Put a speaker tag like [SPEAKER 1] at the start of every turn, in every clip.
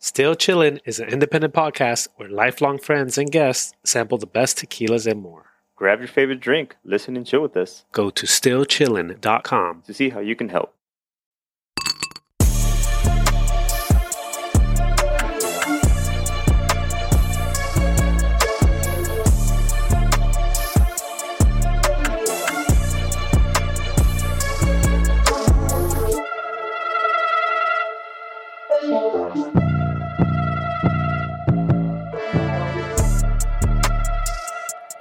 [SPEAKER 1] Still Chillin' is an independent podcast where lifelong friends and guests sample the best tequilas and more.
[SPEAKER 2] Grab your favorite drink, listen and chill with us
[SPEAKER 1] Go to stillchillin.com.
[SPEAKER 2] to see how you can help.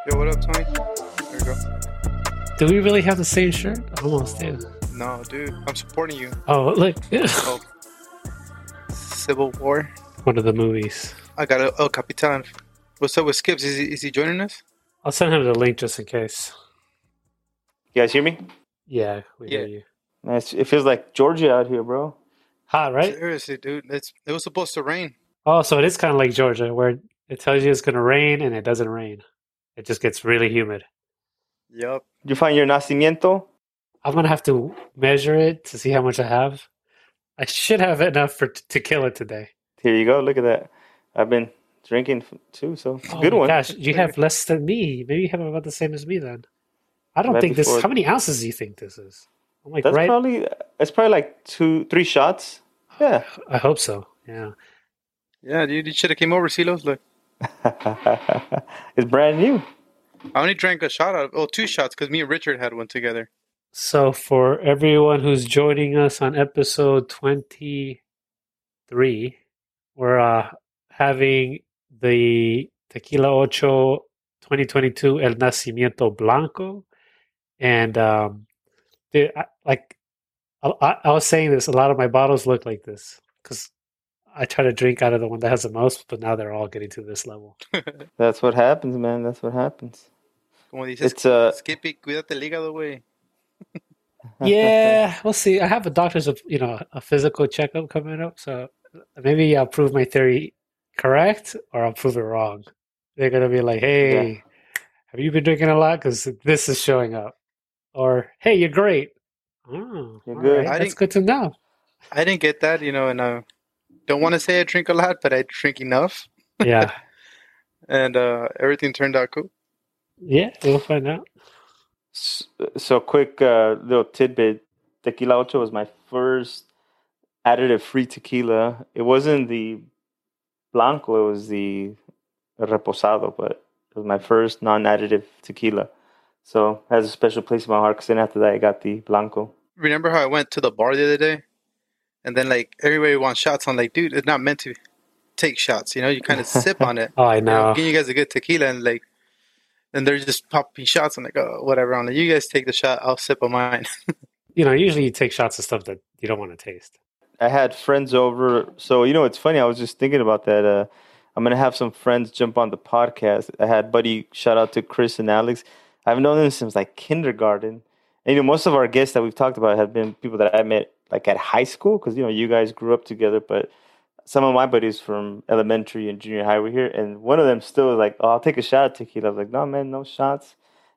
[SPEAKER 3] Yo, what up, Tony? There you go.
[SPEAKER 1] Do we really have the same shirt? Almost did.
[SPEAKER 3] No, dude, I'm supporting you.
[SPEAKER 1] Oh, look.
[SPEAKER 3] Oh, Civil War.
[SPEAKER 1] One of the movies.
[SPEAKER 3] I got El Capitan. What's up with Skips? Is he, is he joining us?
[SPEAKER 1] I'll send him the link just in case.
[SPEAKER 2] You guys hear me?
[SPEAKER 1] Yeah, we hear
[SPEAKER 3] Yeah.
[SPEAKER 1] you.
[SPEAKER 2] Man, it's- It feels like Georgia out here, bro.
[SPEAKER 1] Hot, right?
[SPEAKER 3] Seriously, dude, it's, it was supposed to rain.
[SPEAKER 1] Oh, so it is kind of like Georgia where it tells you it's going to rain and it doesn't rain. It just gets really humid.
[SPEAKER 3] Yup.
[SPEAKER 2] You find your nacimiento?
[SPEAKER 1] I'm gonna have to measure it to see how much I have. I should have enough for t- to kill it today.
[SPEAKER 2] Here you go. Look at that. I've been drinking f- too, so it's a
[SPEAKER 1] Oh
[SPEAKER 2] good
[SPEAKER 1] my
[SPEAKER 2] one.
[SPEAKER 1] Gosh, you have less than me. Maybe you have about the same as me then. I don't
[SPEAKER 2] Right
[SPEAKER 1] think this.
[SPEAKER 2] before-
[SPEAKER 1] How many ounces do you think this is? I'm like
[SPEAKER 2] That's
[SPEAKER 1] right.
[SPEAKER 2] probably it's probably like two, three shots. Yeah.
[SPEAKER 1] I hope so. Yeah.
[SPEAKER 3] Yeah, dude, you should have came over, Silos. Look,
[SPEAKER 2] it's brand new.
[SPEAKER 3] I only drank a shot out of, oh, two shots, because me and Richard had one together.
[SPEAKER 1] So for everyone who's joining us on episode 23, we're uh, having the Tequila Ocho 2022 El Nacimiento Blanco, and um, dude, I, like I, I- I was saying, this a lot of my bottles look like this because I try to drink out of the one that has the most, but now they're all getting to this level.
[SPEAKER 2] That's what happens, man. That's what happens.
[SPEAKER 3] Como dices,
[SPEAKER 2] It's uh
[SPEAKER 3] Skippy, cuídate el hígado, güey.
[SPEAKER 1] yeah, we'll see. I have a doctor's, you know, a physical checkup coming up, so maybe I'll prove my theory correct or I'll prove it wrong. They're gonna be like, "Hey, have you been drinking a lot? Because this is showing up," or "Hey, you're great." Oh,
[SPEAKER 2] You're
[SPEAKER 1] all
[SPEAKER 2] good.
[SPEAKER 1] right,
[SPEAKER 3] I
[SPEAKER 1] That's
[SPEAKER 3] didn't-
[SPEAKER 1] good to know.
[SPEAKER 3] I didn't get that, you know, and I don't want to say I drink a lot, but I drink enough,
[SPEAKER 1] Yeah,
[SPEAKER 3] and uh, everything turned out cool.
[SPEAKER 1] yeah, we'll find out.
[SPEAKER 2] S- so quick uh, little tidbit tequila ocho was my first additive free tequila it wasn't the blanco it was the reposado but it was my first non-additive tequila so it has a special place in my heart because then after that i got the blanco
[SPEAKER 3] remember how I went to the bar the other day, and then like everybody wants shots. I'm like, dude, it's not meant to take shots. You know, you kind of sip on it.
[SPEAKER 1] Oh, I
[SPEAKER 3] You know,
[SPEAKER 1] know.
[SPEAKER 3] giving you guys a good tequila, and like, and they're just popping shots. I'm like, oh, whatever. I'm like, you guys take the shot. I'll sip on mine.
[SPEAKER 1] You know, usually you take shots of stuff that you don't want to taste.
[SPEAKER 2] I had friends over. So you know, it's funny. I was just thinking about that. Uh, I'm gonna have some friends jump on the podcast. I had buddy. Shout out to Chris and Alex. I've known them since like kindergarten. And you know, most of our guests that we've talked about have been people that I met like at high school because you know you guys grew up together. But some of my buddies from elementary and junior high were here, and one of them still was like, "Oh, I'll take a shot of tequila." I was like, "No, man, no shots."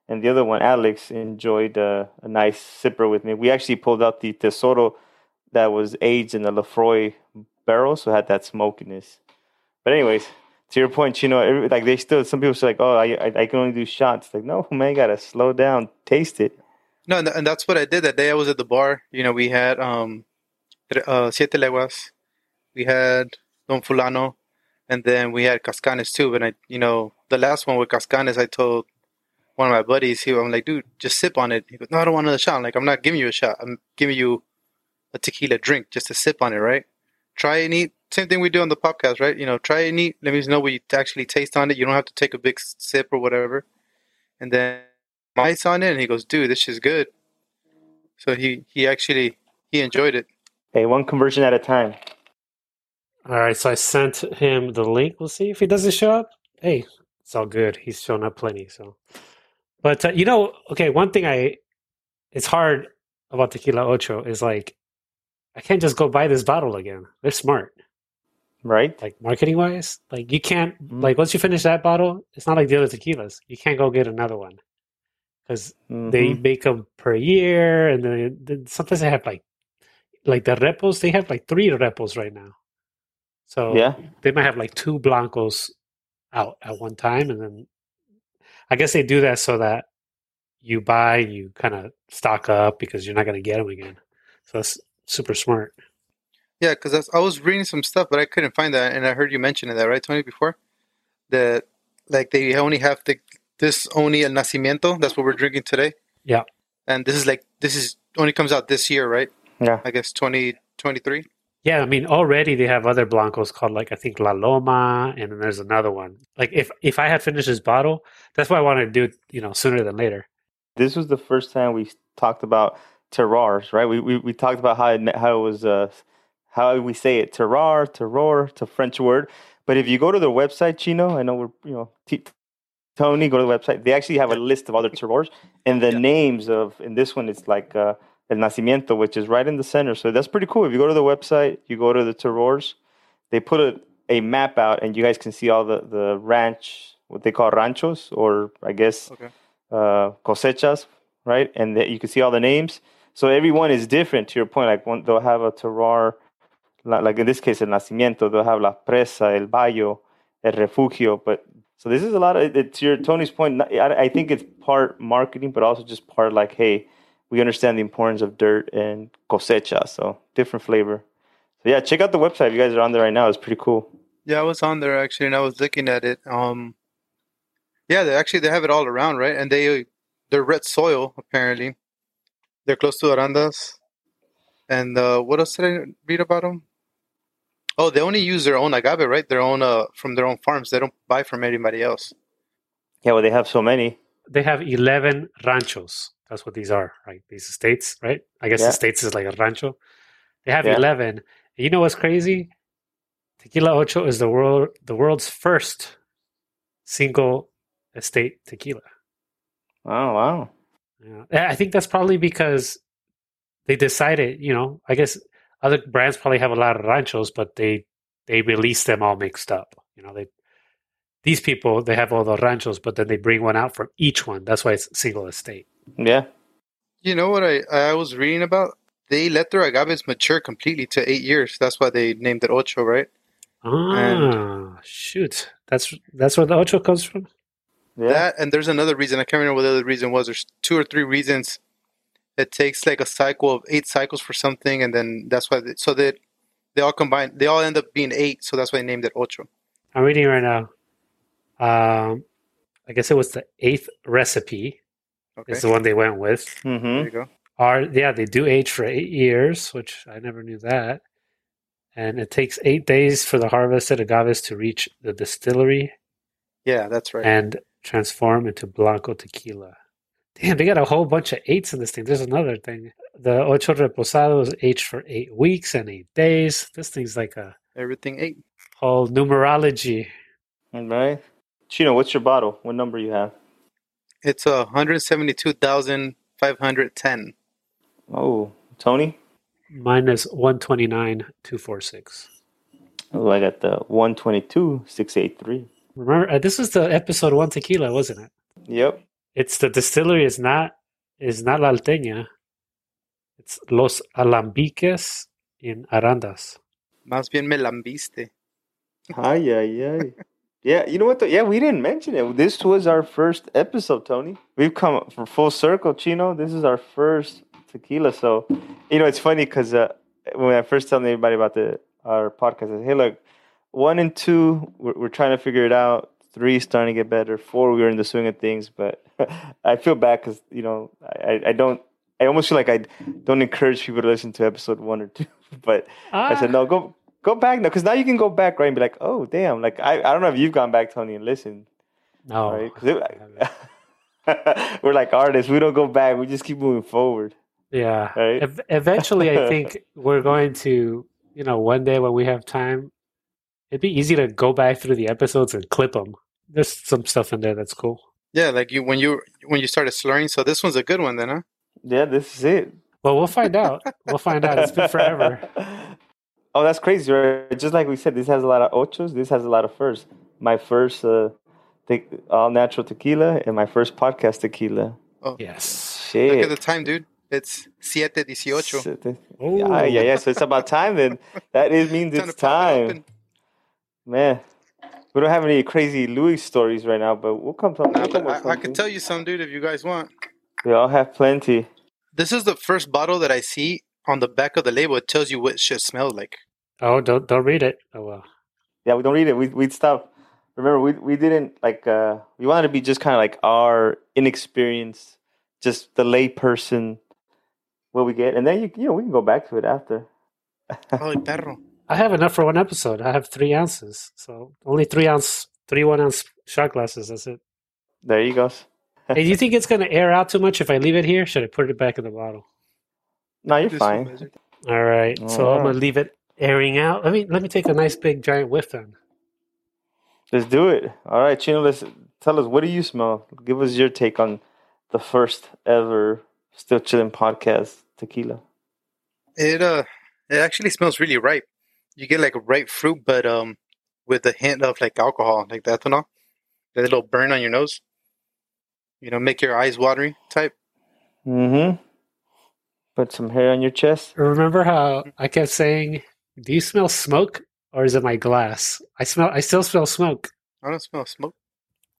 [SPEAKER 2] And the other one, Alex, enjoyed uh, a nice sipper with me. We actually pulled out the Tesoro that was aged in a Lafroy barrel, so it had that smokiness. But anyways, to your point, you know, every, like they still some people say like, oh, I, I I can only do shots. Like, no, man, you gotta slow down, taste it.
[SPEAKER 3] no, and, and that's what I did that day. I was at the bar. You know, we had um, tre- uh, Siete Leguas, we had Don Fulano, and then we had Cascanes too. And I, you know, the last one with Cascanes, I told one of my buddies, he, I'm like, dude, just sip on it. He goes, no, I don't want another shot. I'm like, I'm not giving you a shot. I'm giving you a tequila drink just to sip on it, right? Try and eat. Same thing we do on the podcast, right? You know, try and eat. Let me know what you actually taste on it. You don't have to take a big sip or whatever. And then mice on it, and he goes, dude, this is good. So he he actually he enjoyed it.
[SPEAKER 2] Hey, one conversion at a time.
[SPEAKER 1] All right, so I sent him the link. We'll see if he doesn't show up. Hey, it's all good. He's shown up plenty. So, but uh, you know, okay, one thing I it's hard about tequila ocho is like I can't just go buy this bottle again. They're smart,
[SPEAKER 2] Right?
[SPEAKER 1] like marketing wise. Like you can't
[SPEAKER 2] Mhm.
[SPEAKER 1] like once you finish that bottle, it's not like the other tequilas. You can't go get another one because they
[SPEAKER 2] Mhm.
[SPEAKER 1] make them per year, and then, then sometimes they have like like the repos. They have like three repos right now. So
[SPEAKER 2] Mm-hmm. Yeah.
[SPEAKER 1] they might have like two blancos out at one time, and then I guess they do that so that you buy and you kind of stock up because you're not going to get them again. So that's super smart.
[SPEAKER 3] Yeah, because I was reading some stuff, but I couldn't find that, and I heard you mentioning that, right, Tony, before? That, like, they only have the, this only El Nacimiento, that's what we're drinking today.
[SPEAKER 1] Yeah.
[SPEAKER 3] And this is, like, this is only comes out this year, right?
[SPEAKER 2] Yeah.
[SPEAKER 3] I guess 2023?
[SPEAKER 1] Yeah, I mean already they have other blancos called like I think La Loma, and then there's another one. Like if if I had finished this bottle, that's why I wanted to do it, you know, sooner than later.
[SPEAKER 2] This was the first time we talked about terroirs, right? We we, we talked about how it, how it was uh how we say it terroir, terroir, it's a French word. But if you go to their website, Chino, I know we're you know t- Tony, go to the website. They actually have a list of other terroirs and the
[SPEAKER 3] Yeah.
[SPEAKER 2] names of. In this one, it's like uh, El Nacimiento, which is right in the center. So that's pretty cool. If you go to the website, you go to the terroirs. They put a, a map out, and you guys can see all the the ranch, what they call ranchos, or I guess
[SPEAKER 3] Okay.
[SPEAKER 2] uh, cosechas, right? And that you can see all the names. So everyone is different. To your point, like one, they'll have a terroir, li- like in this case, el nacimiento. They'll have la presa, el bayo, el refugio. But so this is a lot of it, to your Tony's point. not- I, I think it's part marketing, but also just part like, hey, we understand the importance of dirt and cosecha. So different flavor. So yeah, check out the website. If you guys are on there right now. It's pretty cool.
[SPEAKER 3] Yeah, I was on there actually, and I was looking at it. Um, yeah, they actually they have it all around, right? And they they're red soil apparently. They're close to Arandas, and uh, what else did I read about them? Oh, they only use their own agave, right? Their own uh, from their own farms. They don't buy from anybody else.
[SPEAKER 2] Yeah, well, they have so many.
[SPEAKER 1] They have eleven ranchos. That's what these are, right? These estates, right? I guess
[SPEAKER 2] Yeah.
[SPEAKER 1] estates is like a rancho. They have
[SPEAKER 2] Yeah.
[SPEAKER 1] eleven. And you know what's crazy? Tequila Ocho is the world the world's first single estate tequila.
[SPEAKER 2] Oh wow.
[SPEAKER 1] Yeah. And I think that's probably because they decided, you know, I guess other brands probably have a lot of ranchos, but they they release them all mixed up. You know, they these people they have all the ranchos, but then they bring one out for each one. That's why it's single estate.
[SPEAKER 2] Yeah.
[SPEAKER 3] You know what I I was reading about? They let their agaves mature completely to eight years. That's why they named it ocho, right?
[SPEAKER 1] Ah, shoot, that's that's where the ocho comes from.
[SPEAKER 2] Yeah.
[SPEAKER 3] That and there's another reason. I can't remember what the other reason was. There's two or three reasons. It takes like a cycle of eight cycles for something, and then that's why. They, so that they all combine, they all end up being eight. So that's why they named it ocho.
[SPEAKER 1] I'm reading right now. Um, I guess it was the eighth recipe
[SPEAKER 3] Okay,
[SPEAKER 1] is the one they went with.
[SPEAKER 2] Mm-hmm.
[SPEAKER 3] there you go.
[SPEAKER 1] are yeah they do age for eight years which i never knew that and it takes eight days for the harvested agaves to reach the distillery
[SPEAKER 3] Yeah, that's right.
[SPEAKER 1] and transform into blanco tequila damn they got a whole bunch of eights in this thing there's another thing the ocho reposados aged for eight weeks and eight days this thing's like a
[SPEAKER 3] Everything eight.
[SPEAKER 1] whole numerology
[SPEAKER 2] All right. Chino, what's your bottle? What number you have?
[SPEAKER 3] It's a hundred seventy-two thousand five hundred ten.
[SPEAKER 2] Oh, Tony.
[SPEAKER 1] minus 129 246
[SPEAKER 2] Oh, I got the one twenty-two six eight three.
[SPEAKER 1] remember uh, this was the episode one tequila wasn't it
[SPEAKER 2] Yep.
[SPEAKER 1] It's the distillery is not is not La Alteña. It's Los Alambiques in Arandas.
[SPEAKER 3] Más bien me lambiste.
[SPEAKER 2] Hi, yeah, yeah. Yeah, you know what? Though? Yeah, we didn't mention it. This was our first episode, Tony. We've come from full circle, Chino. This is our first tequila. So, you know, it's funny because uh, when I first tell everybody about the our podcast, I said, hey, look, one and two, we're, we're trying to figure it out. Three is starting to get better. Four, we were in the swing of things, but I feel bad because you know I, I- I don't. I almost feel like I don't encourage people to listen to episode one or two, but I said, no, go go back now, because now you can go back, right, and be like, oh, damn, like I, I don't know if you've gone back, Tony, and listened,
[SPEAKER 1] no.
[SPEAKER 2] right? 'Cause it- we're like artists, we don't go back, we just keep moving forward,
[SPEAKER 1] yeah.
[SPEAKER 2] right?
[SPEAKER 1] Ev- eventually, I think we're going to, you know, one day when we have time, it'd be easy to go back through the episodes and clip them. There's some stuff in there that's cool.
[SPEAKER 3] Yeah, like you when you when you started slurring. So this one's a good one, then, huh?
[SPEAKER 2] Yeah, this is it.
[SPEAKER 1] Well, we'll find out. We'll find out. It's been forever.
[SPEAKER 2] oh, that's crazy, right? Just like we said, this has a lot of ochos, this has a lot of firsts. My first uh, te- all natural tequila and my first podcast tequila.
[SPEAKER 1] Yes.
[SPEAKER 2] Shit.
[SPEAKER 3] Look at the time, dude. It's siete dieciocho.
[SPEAKER 2] Shit.
[SPEAKER 1] Oh,
[SPEAKER 2] Ah, yeah, yeah. So it's about time then. That is means
[SPEAKER 3] Time to
[SPEAKER 2] it's
[SPEAKER 3] pop it
[SPEAKER 2] time.
[SPEAKER 3] open.
[SPEAKER 2] Man, we don't have any crazy Louis stories right now, but we'll come talk.
[SPEAKER 3] Nah,
[SPEAKER 2] we'll come
[SPEAKER 3] but
[SPEAKER 2] up
[SPEAKER 3] I,
[SPEAKER 2] with
[SPEAKER 3] I can
[SPEAKER 2] something.
[SPEAKER 3] tell you some, dude, if you guys want.
[SPEAKER 2] We all have plenty.
[SPEAKER 3] This is the first bottle that I see on the back of the label. It tells you what shit smells like.
[SPEAKER 1] Oh, don't don't read it. Oh well.
[SPEAKER 2] Yeah, we don't read it. We we'd stop. Remember, we we didn't like. uh We wanted to be just kind of like our inexperienced, just the layperson. What we get, and then you you know we can go back to it after.
[SPEAKER 3] Ay, perro.
[SPEAKER 1] I have enough for one episode. I have three ounces, so only three ounce, three one ounce shot glasses. That's it.
[SPEAKER 2] There you go.
[SPEAKER 1] hey, do you think it's gonna air out too much if I leave it here? Should I put it back in the bottle?
[SPEAKER 2] No, you're
[SPEAKER 3] This
[SPEAKER 2] fine.
[SPEAKER 3] one, Blizzard.
[SPEAKER 1] All right. so
[SPEAKER 2] All
[SPEAKER 1] I'm
[SPEAKER 2] right.
[SPEAKER 1] gonna leave it airing out. Let me let me take a nice big giant whiff then.
[SPEAKER 2] Let's do it. All right, Chino. Let's tell us what do you smell. Give us your take on the first ever still chilling podcast tequila.
[SPEAKER 3] It uh, it actually smells really ripe. You get like ripe fruit, but um, with a hint of like alcohol, like the ethanol, that little burn on your nose. You know, make your eyes watery type.
[SPEAKER 2] Mm-hmm. Put some hair on your chest.
[SPEAKER 1] Remember how I kept saying, "Do you smell smoke or is it my glass?" I smell. I still smell smoke.
[SPEAKER 3] I don't smell smoke.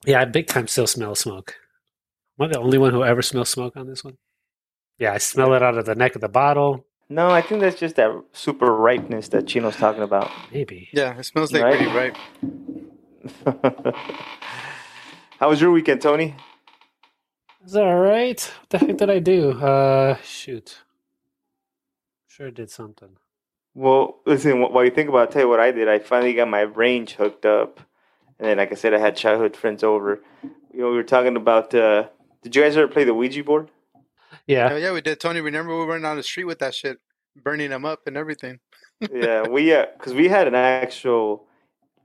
[SPEAKER 1] Yeah, I big time still smell smoke. Am I the only one who ever smells smoke on this one? Yeah, I smell it out of the neck of the bottle.
[SPEAKER 2] No, I think that's just that super ripeness that Chino's talking about.
[SPEAKER 1] Maybe.
[SPEAKER 3] Yeah, it smells like
[SPEAKER 2] Right.
[SPEAKER 3] really ripe.
[SPEAKER 2] How was your weekend, Tony?
[SPEAKER 1] Is that all right? What the heck did I do? Uh, shoot. Sure did something.
[SPEAKER 2] Well, listen, wh- while you think about it, I'll tell you what I did. I finally got my range hooked up. And then, like I said, I had childhood friends over. You know, we were talking about, uh, did you guys ever play the Ouija board?
[SPEAKER 1] Yeah.
[SPEAKER 3] Oh yeah, we did. Tony, remember we went on the street with that shit, burning them up and everything.
[SPEAKER 2] yeah, we, uh 'cause cause we had an actual,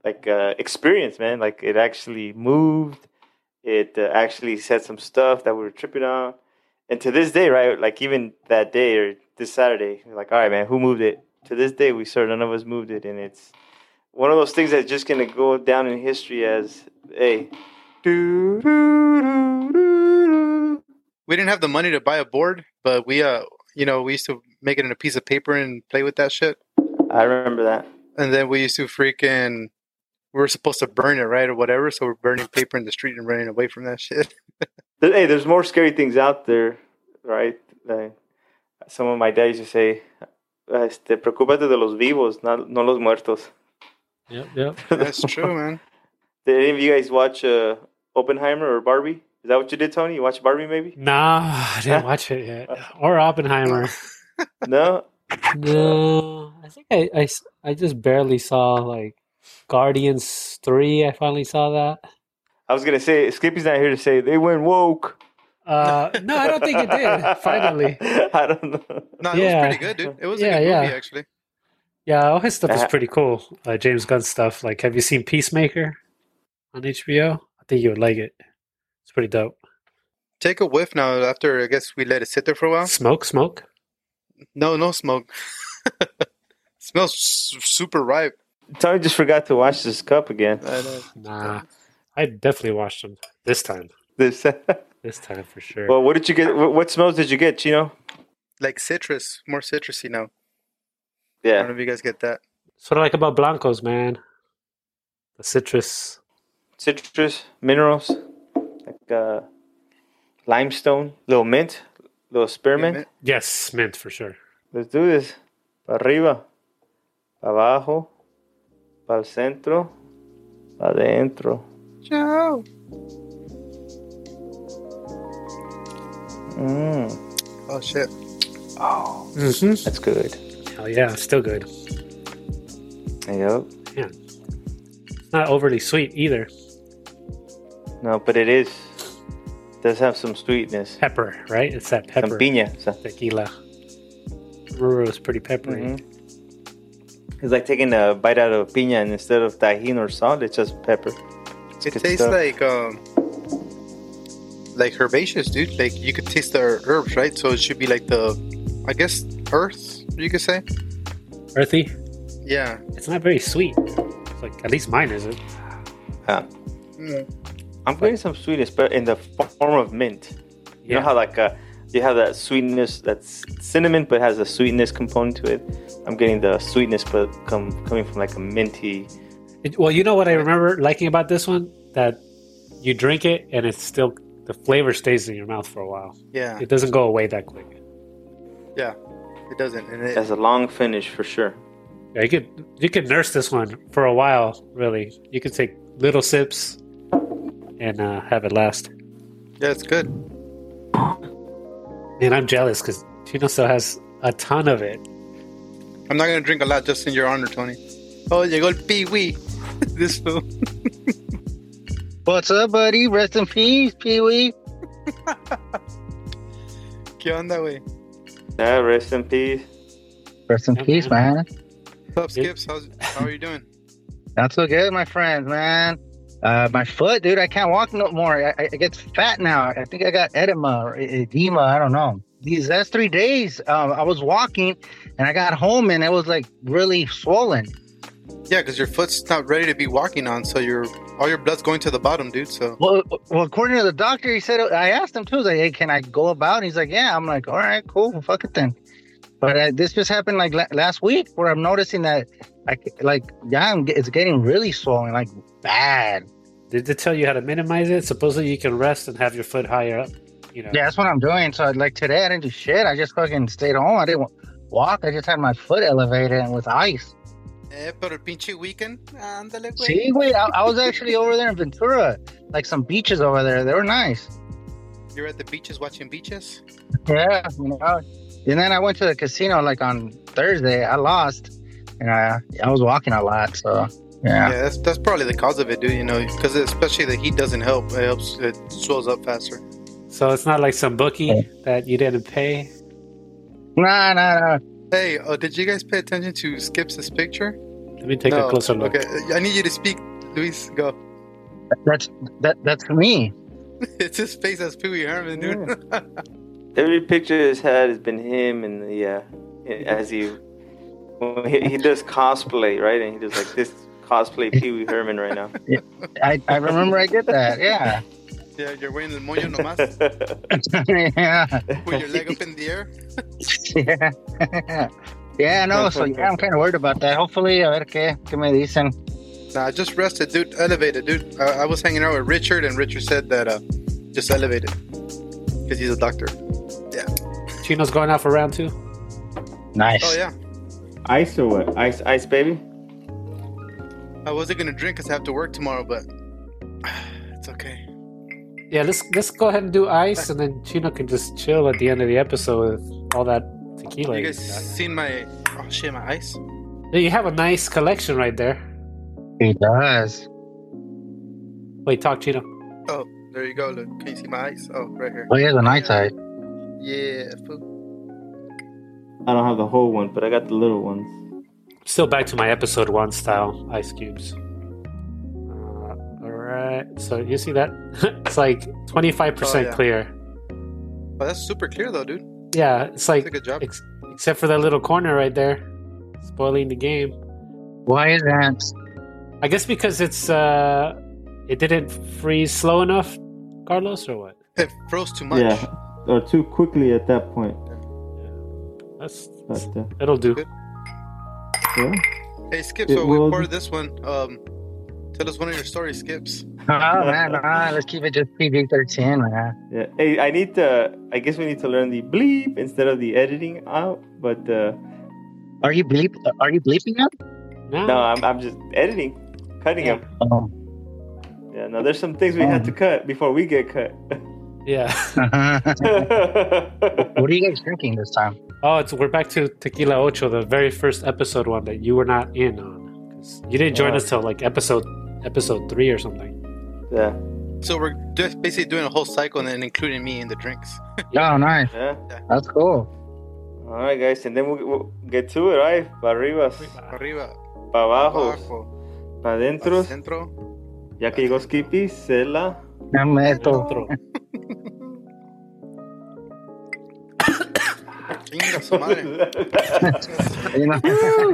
[SPEAKER 2] like, uh, experience, man. Like, it actually moved. It uh, actually said some stuff that we were tripping on. And to this day, right, like, even that day or this Saturday, we're like, all right, man, who moved it? To this day, we sure none of us moved it. And it's, one of those things that's just gonna go down in history as hey doo, doo, doo, doo, doo.
[SPEAKER 3] We didn't have the money to buy a board, but we uh, you know, we used to make it in a piece of paper and play with that shit.
[SPEAKER 2] I remember that.
[SPEAKER 3] and then we used to freaking we were supposed to burn it right or whatever so we're burning paper in the street and running away from that shit
[SPEAKER 2] There- hey, there's more scary things out there, right? Like, some of my dad used to say, este, preocúpate de los vivos, not, no los muertos.
[SPEAKER 1] Yep. Yep.
[SPEAKER 3] that's true man
[SPEAKER 2] Did any of you guys watch uh, Oppenheimer or Barbie? Is that what you did, Tony? You watched Barbie maybe?
[SPEAKER 1] Nah, I didn't watch it yet. Or Oppenheimer.
[SPEAKER 2] No?
[SPEAKER 1] No, I think I, I s- I just barely saw like Guardians three. I finally saw that.
[SPEAKER 2] I was gonna say, Skippy's not here to say they went woke.
[SPEAKER 1] Uh, no, I don't think it did. Finally,
[SPEAKER 2] I don't know.
[SPEAKER 3] no it
[SPEAKER 1] Yeah.
[SPEAKER 3] was pretty good dude it was
[SPEAKER 1] Yeah,
[SPEAKER 3] a good
[SPEAKER 1] yeah.
[SPEAKER 3] movie actually
[SPEAKER 1] yeah, all his stuff is
[SPEAKER 2] Uh,
[SPEAKER 1] pretty cool. Uh, James Gunn stuff. Like, have you seen Peacemaker on HBO? I think you would like it. It's pretty dope.
[SPEAKER 3] take a whiff now after i guess we let it sit there for a while
[SPEAKER 1] Smoke, smoke.
[SPEAKER 3] no no smoke smells su- super ripe
[SPEAKER 2] Tony just forgot to watch this cup again.
[SPEAKER 3] I know.
[SPEAKER 1] Nah, I definitely watched them this time.
[SPEAKER 2] This.
[SPEAKER 1] This time for sure.
[SPEAKER 2] Well, what did you get? What, what smells did you get, Chino?
[SPEAKER 3] like citrus more citrusy now i don't
[SPEAKER 2] Yeah,
[SPEAKER 3] know if you guys get that
[SPEAKER 1] sort of like about blancos, man. The citrus.
[SPEAKER 2] citrus, minerals, like uh, limestone, little mint, little spearmint.
[SPEAKER 3] Mint.
[SPEAKER 1] Yes, mint for sure.
[SPEAKER 2] Let's do this. Pa arriba, pa abajo, pa el centro, pa adentro.
[SPEAKER 3] Ciao.
[SPEAKER 2] Mm,
[SPEAKER 3] oh shit Oh.
[SPEAKER 1] Mm-hmm.
[SPEAKER 2] that's good.
[SPEAKER 1] Hell yeah, it's still good.
[SPEAKER 2] Yep.
[SPEAKER 1] Yeah. It's not overly sweet either.
[SPEAKER 2] No, but it is. Does have some sweetness.
[SPEAKER 1] Pepper, right? It's that
[SPEAKER 2] Some
[SPEAKER 1] pepper
[SPEAKER 2] piña. So.
[SPEAKER 1] tequila. Ruro is pretty peppery.
[SPEAKER 2] Mm-hmm. It's like taking a bite out of piña, and instead of tahini or salt, it's just pepper.
[SPEAKER 3] it
[SPEAKER 2] good
[SPEAKER 3] tastes
[SPEAKER 2] stuff.
[SPEAKER 3] like um like herbaceous dude like you could taste the herbs right so it should be like the i guess earth you could say
[SPEAKER 1] Earthy.
[SPEAKER 3] yeah
[SPEAKER 1] It's not very sweet. It's like at least mine isn't.
[SPEAKER 2] Yeah.
[SPEAKER 3] Mm.
[SPEAKER 2] I'm getting some sweetness, but in the fo- form of mint. You
[SPEAKER 1] Yeah.
[SPEAKER 2] know how like uh, you have that sweetness that's cinnamon, but has a sweetness component to it. I'm getting the sweetness, but come coming from like a minty
[SPEAKER 1] It- well, you know what I remember liking about this one that you drink it and it's still the flavor stays in your mouth for a while.
[SPEAKER 3] Yeah,
[SPEAKER 1] It doesn't go away that quick.
[SPEAKER 3] it doesn't. And it,
[SPEAKER 2] That's a long finish for sure.
[SPEAKER 1] Yeah, you could you could nurse this one for a while. Really, you could take little sips and uh, have it last.
[SPEAKER 3] yeah, it's good.
[SPEAKER 1] Man, I'm jealous because Chino still has a ton of it.
[SPEAKER 3] I'm not gonna drink a lot just in your honor, Tony. Oh, llegó el pee-wee. this fool.
[SPEAKER 4] What's up, buddy? Rest in peace, Pee Wee.
[SPEAKER 3] ¿Qué onda, güey?
[SPEAKER 2] Yeah, rest in peace.
[SPEAKER 4] Rest in
[SPEAKER 1] Yeah,
[SPEAKER 4] peace, man.
[SPEAKER 3] What's up, Skips? How's, how are you doing?
[SPEAKER 4] Not so good, my friends, man. Uh, my foot, dude. I can't walk no more. I, I it gets fat now. I think I got edema or e- edema. I don't know. These last three days, um, I was walking, and I got home, and it was like really swollen.
[SPEAKER 3] Yeah, because your foot's not ready to be walking on, so your all your blood's going to the bottom, dude. So
[SPEAKER 4] Well, well, according to the doctor, he said I asked him too. I was like, "Hey, can I go about?" And he's like, "Yeah." I'm like, "All right, cool, fuck it then." But uh, this just happened like la- last week, where I'm noticing that, I, c- like, yeah, I'm, get- it's getting really swollen, like bad.
[SPEAKER 1] Did they tell you how to minimize it? Supposedly, you can rest and have your foot higher up. You know.
[SPEAKER 4] Yeah, that's what I'm doing. So like today, I didn't do shit. I just fucking stayed home. I didn't wa- walk. I just had my foot elevated and with ice.
[SPEAKER 3] Eh, pero el pinche weekend. Ándale, güey.
[SPEAKER 4] See, wait, I, I was actually over there in Ventura, like some beaches over there. They were nice.
[SPEAKER 3] You're at the beaches watching beaches.
[SPEAKER 4] Yeah, you know. And then I went to the casino like on Thursday. I lost, and I I was walking a lot. So
[SPEAKER 3] Yeah,
[SPEAKER 4] yeah,
[SPEAKER 3] that's, that's probably the cause of it, dude. You know, because especially the heat doesn't help. It helps. It swells up faster.
[SPEAKER 1] So it's not like some bookie that you didn't pay.
[SPEAKER 4] nah, nah, nah.
[SPEAKER 3] Hey, uh, did you guys pay attention to Skips' picture?
[SPEAKER 1] Let me take
[SPEAKER 3] No.
[SPEAKER 1] a closer look.
[SPEAKER 3] Okay, uh, I need you to speak, Luis. Go.
[SPEAKER 4] That's that that's me.
[SPEAKER 3] It's his face as Pee Wee Herman, dude.
[SPEAKER 2] Every picture he's had has been him, and yeah, as he well, he, he does cosplay, right? And he does like this cosplay Pee Wee Herman right now.
[SPEAKER 4] I, I remember I did that. Yeah,
[SPEAKER 3] Yeah, you're wearing el moño nomás.
[SPEAKER 2] That's
[SPEAKER 4] yeah,
[SPEAKER 3] With your leg up in the air.
[SPEAKER 4] yeah, yeah. No, so yeah, I'm kind of worried about that. Hopefully, a ver qué qué me dicen.
[SPEAKER 3] Nah, I just rested, dude. Elevated, dude. I, I was hanging out with Richard, and Richard said that uh, just elevated because he's a doctor.
[SPEAKER 1] Chino's going out for round two.
[SPEAKER 4] Nice.
[SPEAKER 3] Oh yeah.
[SPEAKER 2] ice or what? Ice, ice, baby.
[SPEAKER 3] I wasn't gonna drink because I have to work tomorrow, but it's okay.
[SPEAKER 1] Yeah, let's let's go ahead and do ice, and then Chino can just chill at the end of the episode with all that tequila.
[SPEAKER 3] You
[SPEAKER 1] You,
[SPEAKER 3] guys seen my? Oh shit, my ice.
[SPEAKER 1] you have a nice collection right there.
[SPEAKER 4] He does.
[SPEAKER 1] Wait, talk Chino.
[SPEAKER 3] Oh, there you go. Look, can you see my ice? Oh, right here.
[SPEAKER 4] Oh, he has a nice eye.
[SPEAKER 3] Yeah. fool.
[SPEAKER 2] I don't have the whole one, but I got the little ones.
[SPEAKER 1] Still back to my episode one style ice cubes. Uh, all right, so you see that? it's like twenty five
[SPEAKER 3] Oh,
[SPEAKER 1] percent
[SPEAKER 3] yeah.
[SPEAKER 1] clear.
[SPEAKER 3] Oh, that's super clear though, dude.
[SPEAKER 1] Yeah, it's
[SPEAKER 3] That's
[SPEAKER 1] like
[SPEAKER 3] a good job.
[SPEAKER 1] ex- except for that little corner right there, spoiling the game.
[SPEAKER 4] Why is that?
[SPEAKER 1] I guess because it's uh, it didn't freeze slow enough, Carlos, or what?
[SPEAKER 3] It froze too much.
[SPEAKER 2] Yeah, or too quickly at that point.
[SPEAKER 1] That's, that's
[SPEAKER 2] But, uh,
[SPEAKER 1] it'll do.
[SPEAKER 2] yeah.
[SPEAKER 3] Hey, Skip.
[SPEAKER 2] It
[SPEAKER 3] So we
[SPEAKER 2] will-
[SPEAKER 3] recorded this one. Um, tell us one of your stories, Skips.
[SPEAKER 4] Oh man, nah, let's keep it just PG-13, man.
[SPEAKER 2] Yeah. Hey, I need to. I guess we need to learn the bleep instead of the editing out. But uh,
[SPEAKER 4] Are you bleep? Are you bleeping up?
[SPEAKER 1] No,
[SPEAKER 2] no, I'm, I'm just editing, cutting
[SPEAKER 1] Yeah.
[SPEAKER 2] them.
[SPEAKER 4] Oh.
[SPEAKER 2] Yeah. No, there's some things we have to cut before we get cut.
[SPEAKER 1] yeah.
[SPEAKER 4] Oh. what are you guys drinking this time?
[SPEAKER 1] Oh, it's we're back to Tequila Ocho, the very first episode one that you were not in on. 'Cause You didn't join
[SPEAKER 2] Oh.
[SPEAKER 1] us till like episode episode three or something.
[SPEAKER 2] yeah.
[SPEAKER 3] So we're just basically doing a whole cycle and then including me in the drinks.
[SPEAKER 4] Oh, nice.
[SPEAKER 2] Yeah.
[SPEAKER 4] That's cool.
[SPEAKER 2] All right, guys, and then we'll, we'll get to it. All right, para arriba,
[SPEAKER 3] Arriba,
[SPEAKER 2] para abajo,
[SPEAKER 3] abajo,
[SPEAKER 2] para
[SPEAKER 3] al
[SPEAKER 2] adentro.
[SPEAKER 3] centro.
[SPEAKER 2] Ya que llegó Skippy, Cela.
[SPEAKER 4] I'm Eto.
[SPEAKER 3] Chinga su madre.
[SPEAKER 4] You know,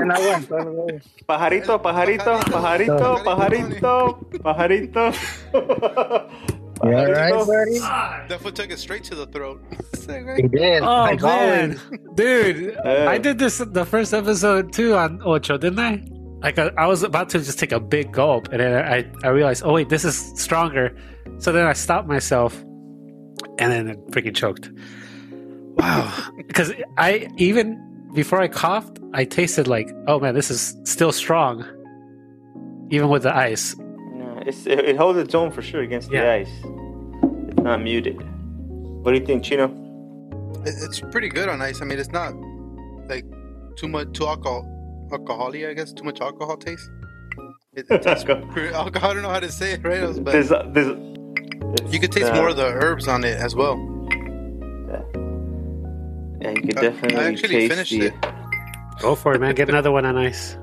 [SPEAKER 4] and I went, by the way.
[SPEAKER 2] Pajarito, pajarito, pajarito, pajarito, pajarito.
[SPEAKER 4] You all right, buddy?
[SPEAKER 3] That foot took it straight to the throat.
[SPEAKER 4] He did.
[SPEAKER 1] Oh
[SPEAKER 4] like
[SPEAKER 1] man,
[SPEAKER 4] always.
[SPEAKER 1] dude!
[SPEAKER 2] Uh.
[SPEAKER 1] I did this the first episode too on Ocho, didn't I? like uh, I, I was about to just take a big gulp, and then I, I realized, oh wait, this is stronger. So then I stopped myself, and then I freaking choked. Wow, because I even before I coughed, I tasted like, oh man, this is still strong, even with the ice.
[SPEAKER 2] No, it's, it, it holds its own for sure against the
[SPEAKER 1] Yeah.
[SPEAKER 2] ice. It's not muted. What do you think, Chino?
[SPEAKER 3] It- It's pretty good on ice. I mean, it's not like too much too alcohol alcoholy. I guess too much alcohol taste. It, it tastes pretty alcohol. I don't know how to say it right, but
[SPEAKER 2] There's, there's,
[SPEAKER 3] you could taste
[SPEAKER 2] uh,
[SPEAKER 3] more of the herbs on it as well.
[SPEAKER 2] Yeah, you could
[SPEAKER 3] I- I
[SPEAKER 2] definitely
[SPEAKER 3] actually
[SPEAKER 2] taste
[SPEAKER 3] finished
[SPEAKER 2] the.
[SPEAKER 3] it.
[SPEAKER 1] Go for it, man. Get another one on ice.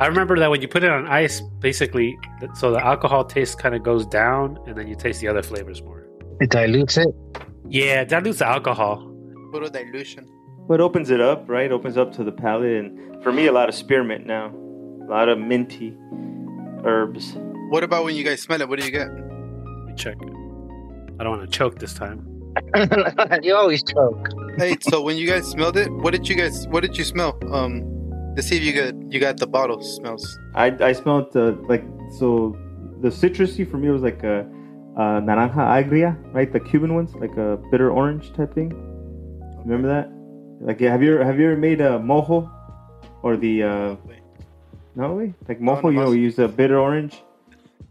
[SPEAKER 1] I remember that when you put it on ice, basically, th- so the alcohol taste kind of goes down, and then you taste the other flavors more.
[SPEAKER 4] It dilutes it.
[SPEAKER 1] Yeah, that dilutes the alcohol.
[SPEAKER 3] Little dilution.
[SPEAKER 2] What opens it up, right? Opens up to the palate, and for me, a lot of spearmint now, a lot of minty herbs.
[SPEAKER 3] What about when you guys smell it? What do you get?
[SPEAKER 1] Let me check. I don't want to choke this time.
[SPEAKER 4] you always choke.
[SPEAKER 3] hey, so when you guys smelled it, what did you guys? What did you smell? Um, to see if you got you got the bottle smells.
[SPEAKER 2] I I smelled uh, like so the citrusy for me was like a, a naranja agria, right? The Cuban ones, like a bitter orange type thing. Remember that? Like, yeah, have you ever, have you ever made a mojo or the uh, no way like mojo? you know, we use a bitter orange.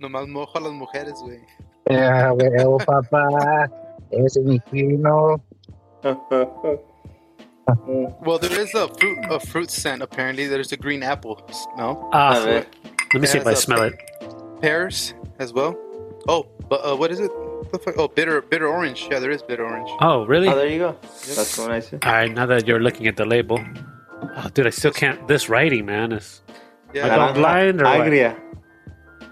[SPEAKER 3] Nomás mojo a las mujeres, güey.
[SPEAKER 4] Yeah, well, papa. Ese mi Oh, chino.
[SPEAKER 2] Ah,
[SPEAKER 3] Well, there is a fruit a fruit scent apparently. There's a green apple smell.
[SPEAKER 1] Ah,
[SPEAKER 2] Have it.
[SPEAKER 1] let me see if I
[SPEAKER 3] That's
[SPEAKER 1] smell it.
[SPEAKER 3] Pears as well. Oh, but uh, what is it? The fuck? Oh, bitter bitter orange. Yeah, there is bitter orange.
[SPEAKER 1] Oh, really?
[SPEAKER 2] Oh,
[SPEAKER 1] All
[SPEAKER 2] there you go. That's what I said.
[SPEAKER 1] right, now that you're looking at the label. Oh, dude, I still can't. This writing, man, is.
[SPEAKER 3] Yeah,
[SPEAKER 1] I don't blind or what?
[SPEAKER 2] Agria.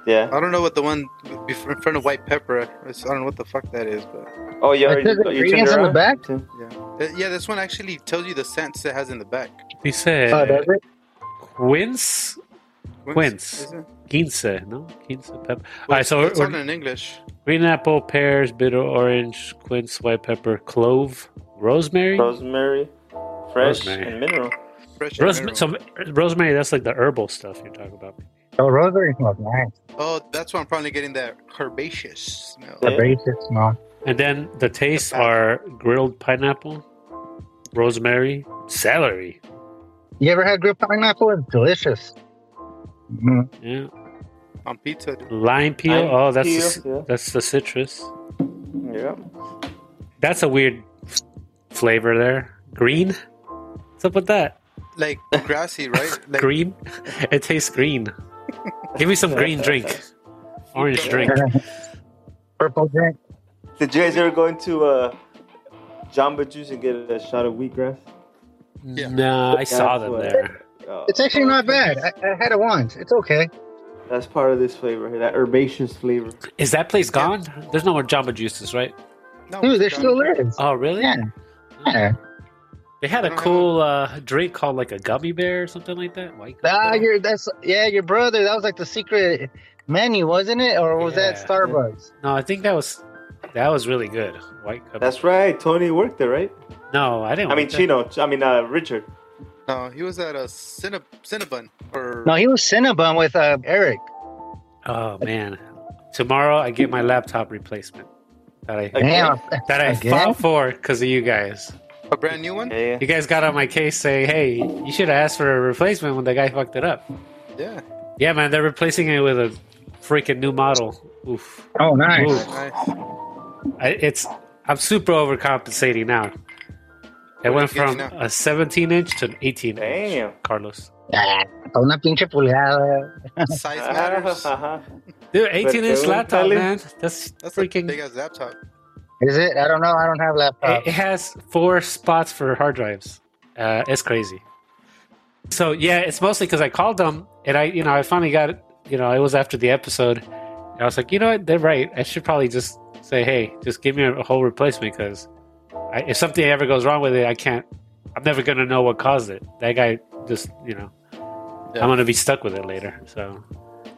[SPEAKER 2] Yeah.
[SPEAKER 3] I don't know what the one before, in front of white pepper. It's, I don't know what the fuck that is, but
[SPEAKER 2] Oh, you already
[SPEAKER 4] It says
[SPEAKER 2] you turned
[SPEAKER 4] ingredients on the
[SPEAKER 2] around?
[SPEAKER 4] back?
[SPEAKER 2] Tim?
[SPEAKER 3] Uh, yeah, this one actually tells you the scents it has in the back.
[SPEAKER 1] He said.
[SPEAKER 4] Oh, does it?
[SPEAKER 1] Quince? Quince.
[SPEAKER 3] is it?
[SPEAKER 1] Quince, no? Quince pepper. All
[SPEAKER 3] Well,
[SPEAKER 1] right, so we're,
[SPEAKER 3] it's
[SPEAKER 1] we're-
[SPEAKER 3] not in English.
[SPEAKER 1] green apple, pears, bitter orange, quince, white pepper, clove, rosemary.
[SPEAKER 2] Rosemary, fresh
[SPEAKER 1] Rosemary.
[SPEAKER 2] and mineral.
[SPEAKER 3] Fresh and
[SPEAKER 1] Rosemary,
[SPEAKER 3] mineral.
[SPEAKER 1] so rosemary, that's like the herbal stuff you're talking about.
[SPEAKER 4] Oh, rosary smells nice.
[SPEAKER 3] Oh, that's why I'm probably getting that herbaceous smell.
[SPEAKER 2] Yeah.
[SPEAKER 4] The racist smell.
[SPEAKER 1] And then the tastes are grilled pineapple, rosemary, celery.
[SPEAKER 4] You ever had grilled pineapple? It's delicious. Mm.
[SPEAKER 1] Yeah,
[SPEAKER 3] On pizza, dude.
[SPEAKER 1] lime peel.
[SPEAKER 2] Lime
[SPEAKER 1] oh, that's
[SPEAKER 2] peel,
[SPEAKER 1] the, c-
[SPEAKER 2] yeah.
[SPEAKER 1] that's the citrus.
[SPEAKER 2] Yeah.
[SPEAKER 1] That's a weird flavor there. Green. What's up with that?
[SPEAKER 3] like grassy, right? Like
[SPEAKER 1] Green. It tastes green. Give me some green drink. Orange drink.
[SPEAKER 4] Purple drink.
[SPEAKER 2] Did you guys ever go into uh, Jamba Juice and get a shot of wheatgrass?
[SPEAKER 3] Yeah.
[SPEAKER 1] No, I saw
[SPEAKER 2] That's
[SPEAKER 1] them
[SPEAKER 2] what-
[SPEAKER 1] there.
[SPEAKER 2] Oh,
[SPEAKER 4] It's actually not bad. I, I had it once. It's okay.
[SPEAKER 2] That's part of this flavor here, that herbaceous flavor.
[SPEAKER 1] Is that place gone? There's no more Jamba Juices, right?
[SPEAKER 3] no,
[SPEAKER 4] Dude, there
[SPEAKER 3] it's
[SPEAKER 4] still
[SPEAKER 3] gone.
[SPEAKER 4] is.
[SPEAKER 1] Oh, really?
[SPEAKER 4] Yeah. yeah.
[SPEAKER 1] They had
[SPEAKER 3] I
[SPEAKER 1] a
[SPEAKER 3] don't have
[SPEAKER 1] cool uh, drink called like a gummy bear or something like that. White gummy
[SPEAKER 4] Ah,
[SPEAKER 1] bear.
[SPEAKER 4] your that's yeah, your brother. That was like the secret menu, wasn't it? Or was
[SPEAKER 1] Yeah.
[SPEAKER 4] that Starbucks?
[SPEAKER 1] No, I think that was that was really good. White gummy.
[SPEAKER 2] That's right. Tony worked there, right?
[SPEAKER 1] no, I didn't.
[SPEAKER 2] I mean,
[SPEAKER 1] like that.
[SPEAKER 2] Chino. I mean, uh, Richard.
[SPEAKER 3] No, he was at a Cinna- Cinnabon. Or
[SPEAKER 4] No, he was Cinnabon with uh, Eric.
[SPEAKER 1] Oh man, tomorrow I get my laptop replacement that I
[SPEAKER 4] Damn,
[SPEAKER 1] that I
[SPEAKER 4] Again?
[SPEAKER 1] fought for because of you guys.
[SPEAKER 3] a brand new one?
[SPEAKER 2] Yeah, yeah.
[SPEAKER 1] You guys got on my case saying, "Hey, you should have asked for a replacement when the guy fucked it up."
[SPEAKER 3] Yeah.
[SPEAKER 1] Yeah, man, they're replacing it with a freaking new model. Oof.
[SPEAKER 4] Oh, nice.
[SPEAKER 1] Ooh.
[SPEAKER 3] Nice.
[SPEAKER 1] I, it's I'm super overcompensating now. It
[SPEAKER 3] What are
[SPEAKER 1] went
[SPEAKER 3] you getting
[SPEAKER 1] from
[SPEAKER 3] now?
[SPEAKER 1] a 17 inch to an 18
[SPEAKER 2] Damn.
[SPEAKER 1] inch. Carlos,
[SPEAKER 4] Ah, una pinche pulgada.
[SPEAKER 3] Size
[SPEAKER 2] Uh-huh.
[SPEAKER 3] matters.
[SPEAKER 1] dude, 18 inch
[SPEAKER 2] Pero,
[SPEAKER 1] laptop,
[SPEAKER 2] dale.
[SPEAKER 1] man. That's,
[SPEAKER 3] That's a
[SPEAKER 1] freaking.
[SPEAKER 3] big ass laptop.
[SPEAKER 4] Is it? I don't know. I don't have laptop.
[SPEAKER 1] It, it has four spots for hard drives. Uh, it's crazy. So yeah, it's mostly because I called them and I, you know, I finally got it. You know, it was after the episode. And I was like, you know what? They're right. I should probably just say, hey, just give me a, a whole replacement because if something ever goes wrong with it, I can't. I'm never gonna know what caused it. That guy just, you know,
[SPEAKER 3] Yeah.
[SPEAKER 1] I'm gonna be stuck with it later. So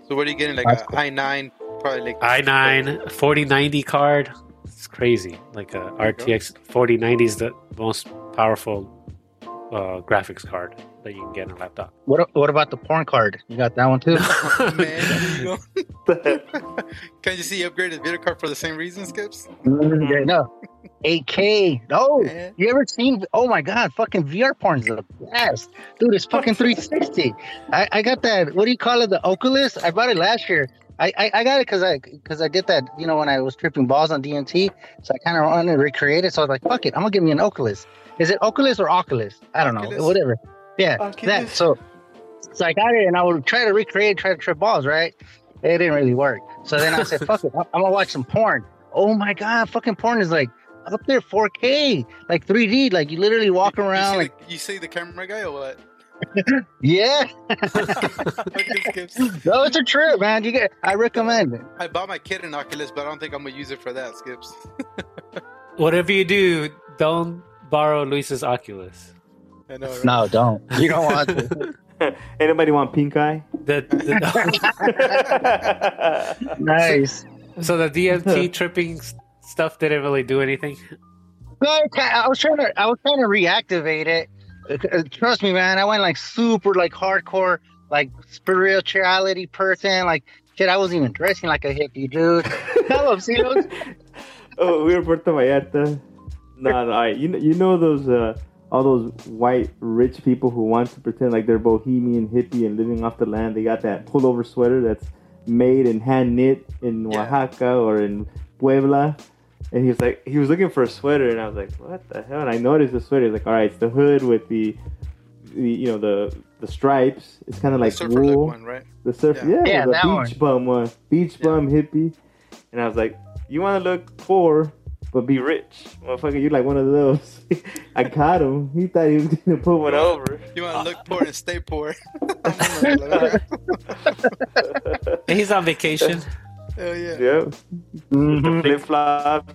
[SPEAKER 3] So what are you getting? Like
[SPEAKER 4] That's
[SPEAKER 3] a i9, probably like
[SPEAKER 1] i9 4090 card. It's crazy. Like a
[SPEAKER 3] There you go.
[SPEAKER 1] RTX 4090 is the most powerful uh, graphics card that you can get on a laptop.
[SPEAKER 4] What What about the porn card? You got that one too?
[SPEAKER 3] Man, there you go. Can you see you upgraded video card for the same reason, Skips?
[SPEAKER 4] Yeah, no. 8K. Oh,
[SPEAKER 3] Yeah.
[SPEAKER 4] you ever seen? Oh my God, fucking VR porn's the best, dude. It's fucking 360. I, I got that. What do you call it? The Oculus. I bought it last year. I, I, I got it because I because I did that. You know when I was tripping balls on DMT, so I kind of wanted to recreate it. So I was like, fuck it, I'm gonna give me an Oculus. Is it Oculus or Oculus? I don't know.
[SPEAKER 3] Oculus.
[SPEAKER 4] Whatever. Yeah, that.
[SPEAKER 2] Oculus.
[SPEAKER 4] So so I got it and I would try to recreate, try to trip balls, right? It didn't really work. So then I said, fuck it, I'm gonna watch some porn. Oh my god, fucking porn is like up there 4K, like 3D, like you literally walk around,
[SPEAKER 3] You see,
[SPEAKER 4] like
[SPEAKER 3] the, you see the camera guy or what?
[SPEAKER 4] yeah,
[SPEAKER 3] Okay, Skips.
[SPEAKER 4] no, it's a trip, man. You get, I recommend it.
[SPEAKER 3] I bought my kid an Oculus, but I don't think I'm gonna use it for that, Skips.
[SPEAKER 1] Whatever you do, don't borrow Luis's Oculus.
[SPEAKER 3] I know. Right?
[SPEAKER 4] No, don't. You don't want to.
[SPEAKER 2] Anybody want pink eye?
[SPEAKER 1] The, the,
[SPEAKER 4] nice.
[SPEAKER 1] so the DMT tripping s- stuff didn't really do anything.
[SPEAKER 4] No, I, ca- I was trying to, I was trying to reactivate it. Uh, Trust me, man. I went like super, like hardcore, like spirituality person. Like shit, I wasn't even dressing like a hippie, dude. Tell them, see those?
[SPEAKER 2] oh, we were in Puerto Vallarta. No, no, all right. You know, you know those uh, all those white rich people who want to pretend like they're bohemian hippie and living off the land. They got that pullover sweater that's made and hand knit in
[SPEAKER 3] Yeah.
[SPEAKER 2] Oaxaca or in Puebla. And he was like, he was looking for a sweater, and I was like, what the hell? And I noticed the sweater. He's like, all right, it's the hood with the, the you know, the the stripes. It's kind of like
[SPEAKER 3] surfer look
[SPEAKER 2] wool.
[SPEAKER 3] one, right?
[SPEAKER 2] The surf,
[SPEAKER 3] Yeah.
[SPEAKER 2] yeah,
[SPEAKER 4] Yeah,
[SPEAKER 2] the
[SPEAKER 4] that one.
[SPEAKER 2] beach bum one, beach
[SPEAKER 3] Yeah.
[SPEAKER 2] bum hippie. And I was like, you want to look poor but be rich, motherfucker. You like one of those. I caught him. He thought he was gonna put one over.
[SPEAKER 3] You want to look poor and stay poor. I'm gonna-
[SPEAKER 1] He's on vacation.
[SPEAKER 3] Hell yeah.
[SPEAKER 2] Yep.
[SPEAKER 4] Mhm.
[SPEAKER 2] Flip flop.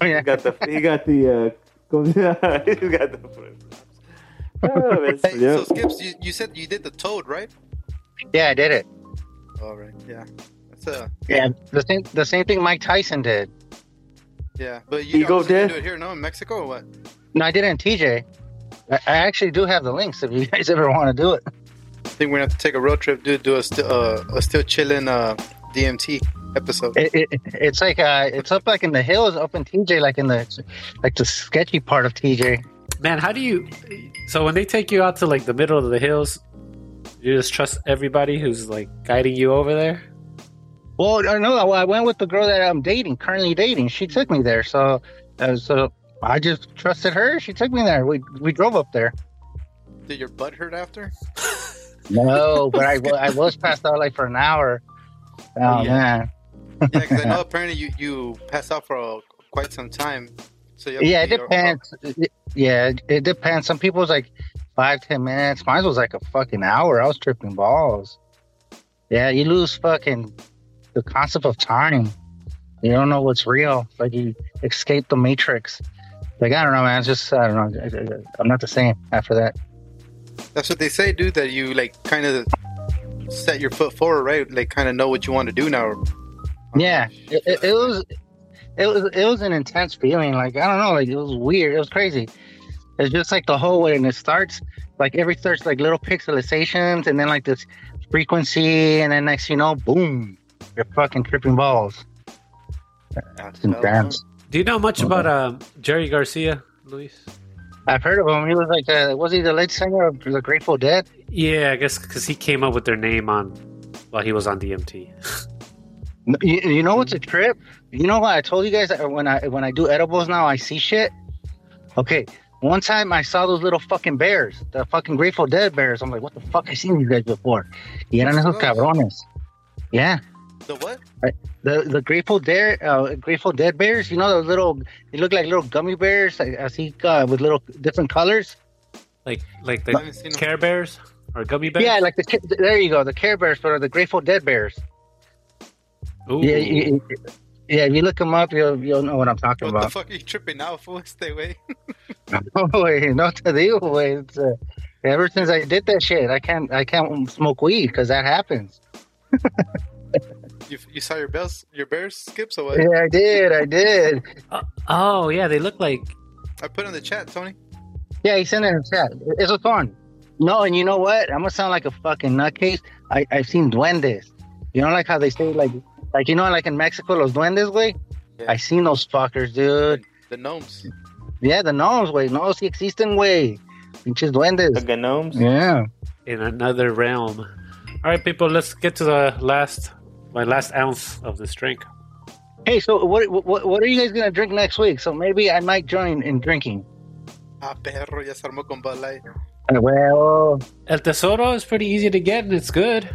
[SPEAKER 4] Oh, yeah.
[SPEAKER 2] He got the. He got the. Uh, goes- he got the. Oh, that's-
[SPEAKER 3] Hey,
[SPEAKER 2] yep.
[SPEAKER 3] So Skips, you, you said you did the toad, right?
[SPEAKER 4] Yeah, I did it.
[SPEAKER 3] All right. Yeah. That's uh
[SPEAKER 4] Yeah, the same, the same thing Mike Tyson did.
[SPEAKER 3] yeah. But you
[SPEAKER 2] Ego
[SPEAKER 3] obviously didn't
[SPEAKER 2] death?
[SPEAKER 3] do it here, no, in Mexico or what?
[SPEAKER 4] No, I did it in TJ. I, I actually do have the links if you guys ever want to do it.
[SPEAKER 3] I think we're gonna have to take a road trip, dude. Do a still uh, a still chilling uh DMT episode.
[SPEAKER 4] it, it it's like uh, it's up like in the hills, up in TJ, like in the like the sketchy part of TJ.
[SPEAKER 1] Man, how do you? So when they take you out to like the middle of the hills, you just trust everybody who's like guiding you over there.
[SPEAKER 4] Well, I know I went with the girl that I'm dating, currently dating. She took me there, so uh, so I just trusted her. She took me there. We we drove up there.
[SPEAKER 3] Did your butt hurt after?
[SPEAKER 4] No, but I, wa- I was passed out like for an hour. Oh
[SPEAKER 3] Yeah.
[SPEAKER 4] man,
[SPEAKER 3] Yeah, because I know apparently you you passed out for uh quite some time. So you have to
[SPEAKER 4] yeah, it
[SPEAKER 3] be- uh,
[SPEAKER 4] depends. Yeah, it- it depends. Some people's like five ten minutes. Mine was like a fucking hour. I was tripping balls. Yeah, you lose fucking the concept of time. You don't know what's real. Like you escape the matrix. Like I don't know, man. It's just I don't know. I'm not the same after that.
[SPEAKER 3] That's what they say, dude. That you like kind of set your foot forward, right? Like kind of know what you want to do now.
[SPEAKER 4] Yeah,
[SPEAKER 3] Oh,
[SPEAKER 4] it, it, it was it was it was an intense feeling like i don't know like it was weird it was crazy it's just like the whole way and it starts like every starts like little pixelizations and then like this frequency and then next you know boom you're fucking tripping balls
[SPEAKER 3] That's
[SPEAKER 4] It's
[SPEAKER 3] Uh-huh.
[SPEAKER 4] intense
[SPEAKER 1] Do you know much about um, Jerry Garcia, Luis?
[SPEAKER 4] i've heard of him he was like uh was he the lead singer of the grateful dead
[SPEAKER 1] Yeah, I guess because he came up with their name on while he was on DMT.
[SPEAKER 4] No, You, you know
[SPEAKER 3] Mm-hmm.
[SPEAKER 4] what's a trip? You know what I told you guys that when I when I do edibles now I see shit. Okay, one time I saw those little fucking bears, the fucking Grateful Dead bears. I'm like, what the fuck? I seen these guys before. Y eran
[SPEAKER 3] Oh.
[SPEAKER 4] esos cabrones. Yeah,
[SPEAKER 3] The what?
[SPEAKER 4] the the Grateful Dead uh, Grateful Dead bears. You know those little? They look like little gummy bears. I, I see uh, with little different colors.
[SPEAKER 1] Like like
[SPEAKER 3] I
[SPEAKER 1] the
[SPEAKER 3] haven't seen 'em.
[SPEAKER 1] Care Bears or Gummy Bears.
[SPEAKER 4] Yeah, like the Ca- there you go, the Care Bears, but are the Grateful Dead bears.
[SPEAKER 1] Ooh.
[SPEAKER 4] Yeah, you, you- yeah. If you look them up, you'll you'll know what I'm talking
[SPEAKER 3] What
[SPEAKER 4] about.
[SPEAKER 3] the fuck are you tripping now, fool? Stay away.
[SPEAKER 4] No way, not to the way. It's, uh, ever since I did that shit, I can't I can't smoke weed because that happens.
[SPEAKER 3] You, you saw your bells, your bears skips or what?
[SPEAKER 4] Yeah, I did, I did.
[SPEAKER 1] Oh yeah, they look like
[SPEAKER 3] I put in the chat, Tony.
[SPEAKER 4] Yeah, he sent it in the chat. It's a thorn. No, and you know what? I'm gonna sound like a fucking nutcase. I I've seen duendes. You know, like how they say like like you know, like in Mexico, los duendes, güey.
[SPEAKER 3] Yeah.
[SPEAKER 4] I seen those fuckers, dude.
[SPEAKER 3] The gnomes.
[SPEAKER 4] Yeah, the gnomes, güey. No, si existen, güey. Pinches duendes.
[SPEAKER 2] The gnomes.
[SPEAKER 4] Yeah.
[SPEAKER 1] in another realm. All right, people, let's get to the last, my last ounce of this drink.
[SPEAKER 4] Hey, so what what what are you guys gonna drink next week? So maybe I might join in drinking.
[SPEAKER 3] Ah, perro, ya se armó con Bud Light.
[SPEAKER 4] Uh, Well,
[SPEAKER 1] El Tesoro is pretty easy to get and it's good.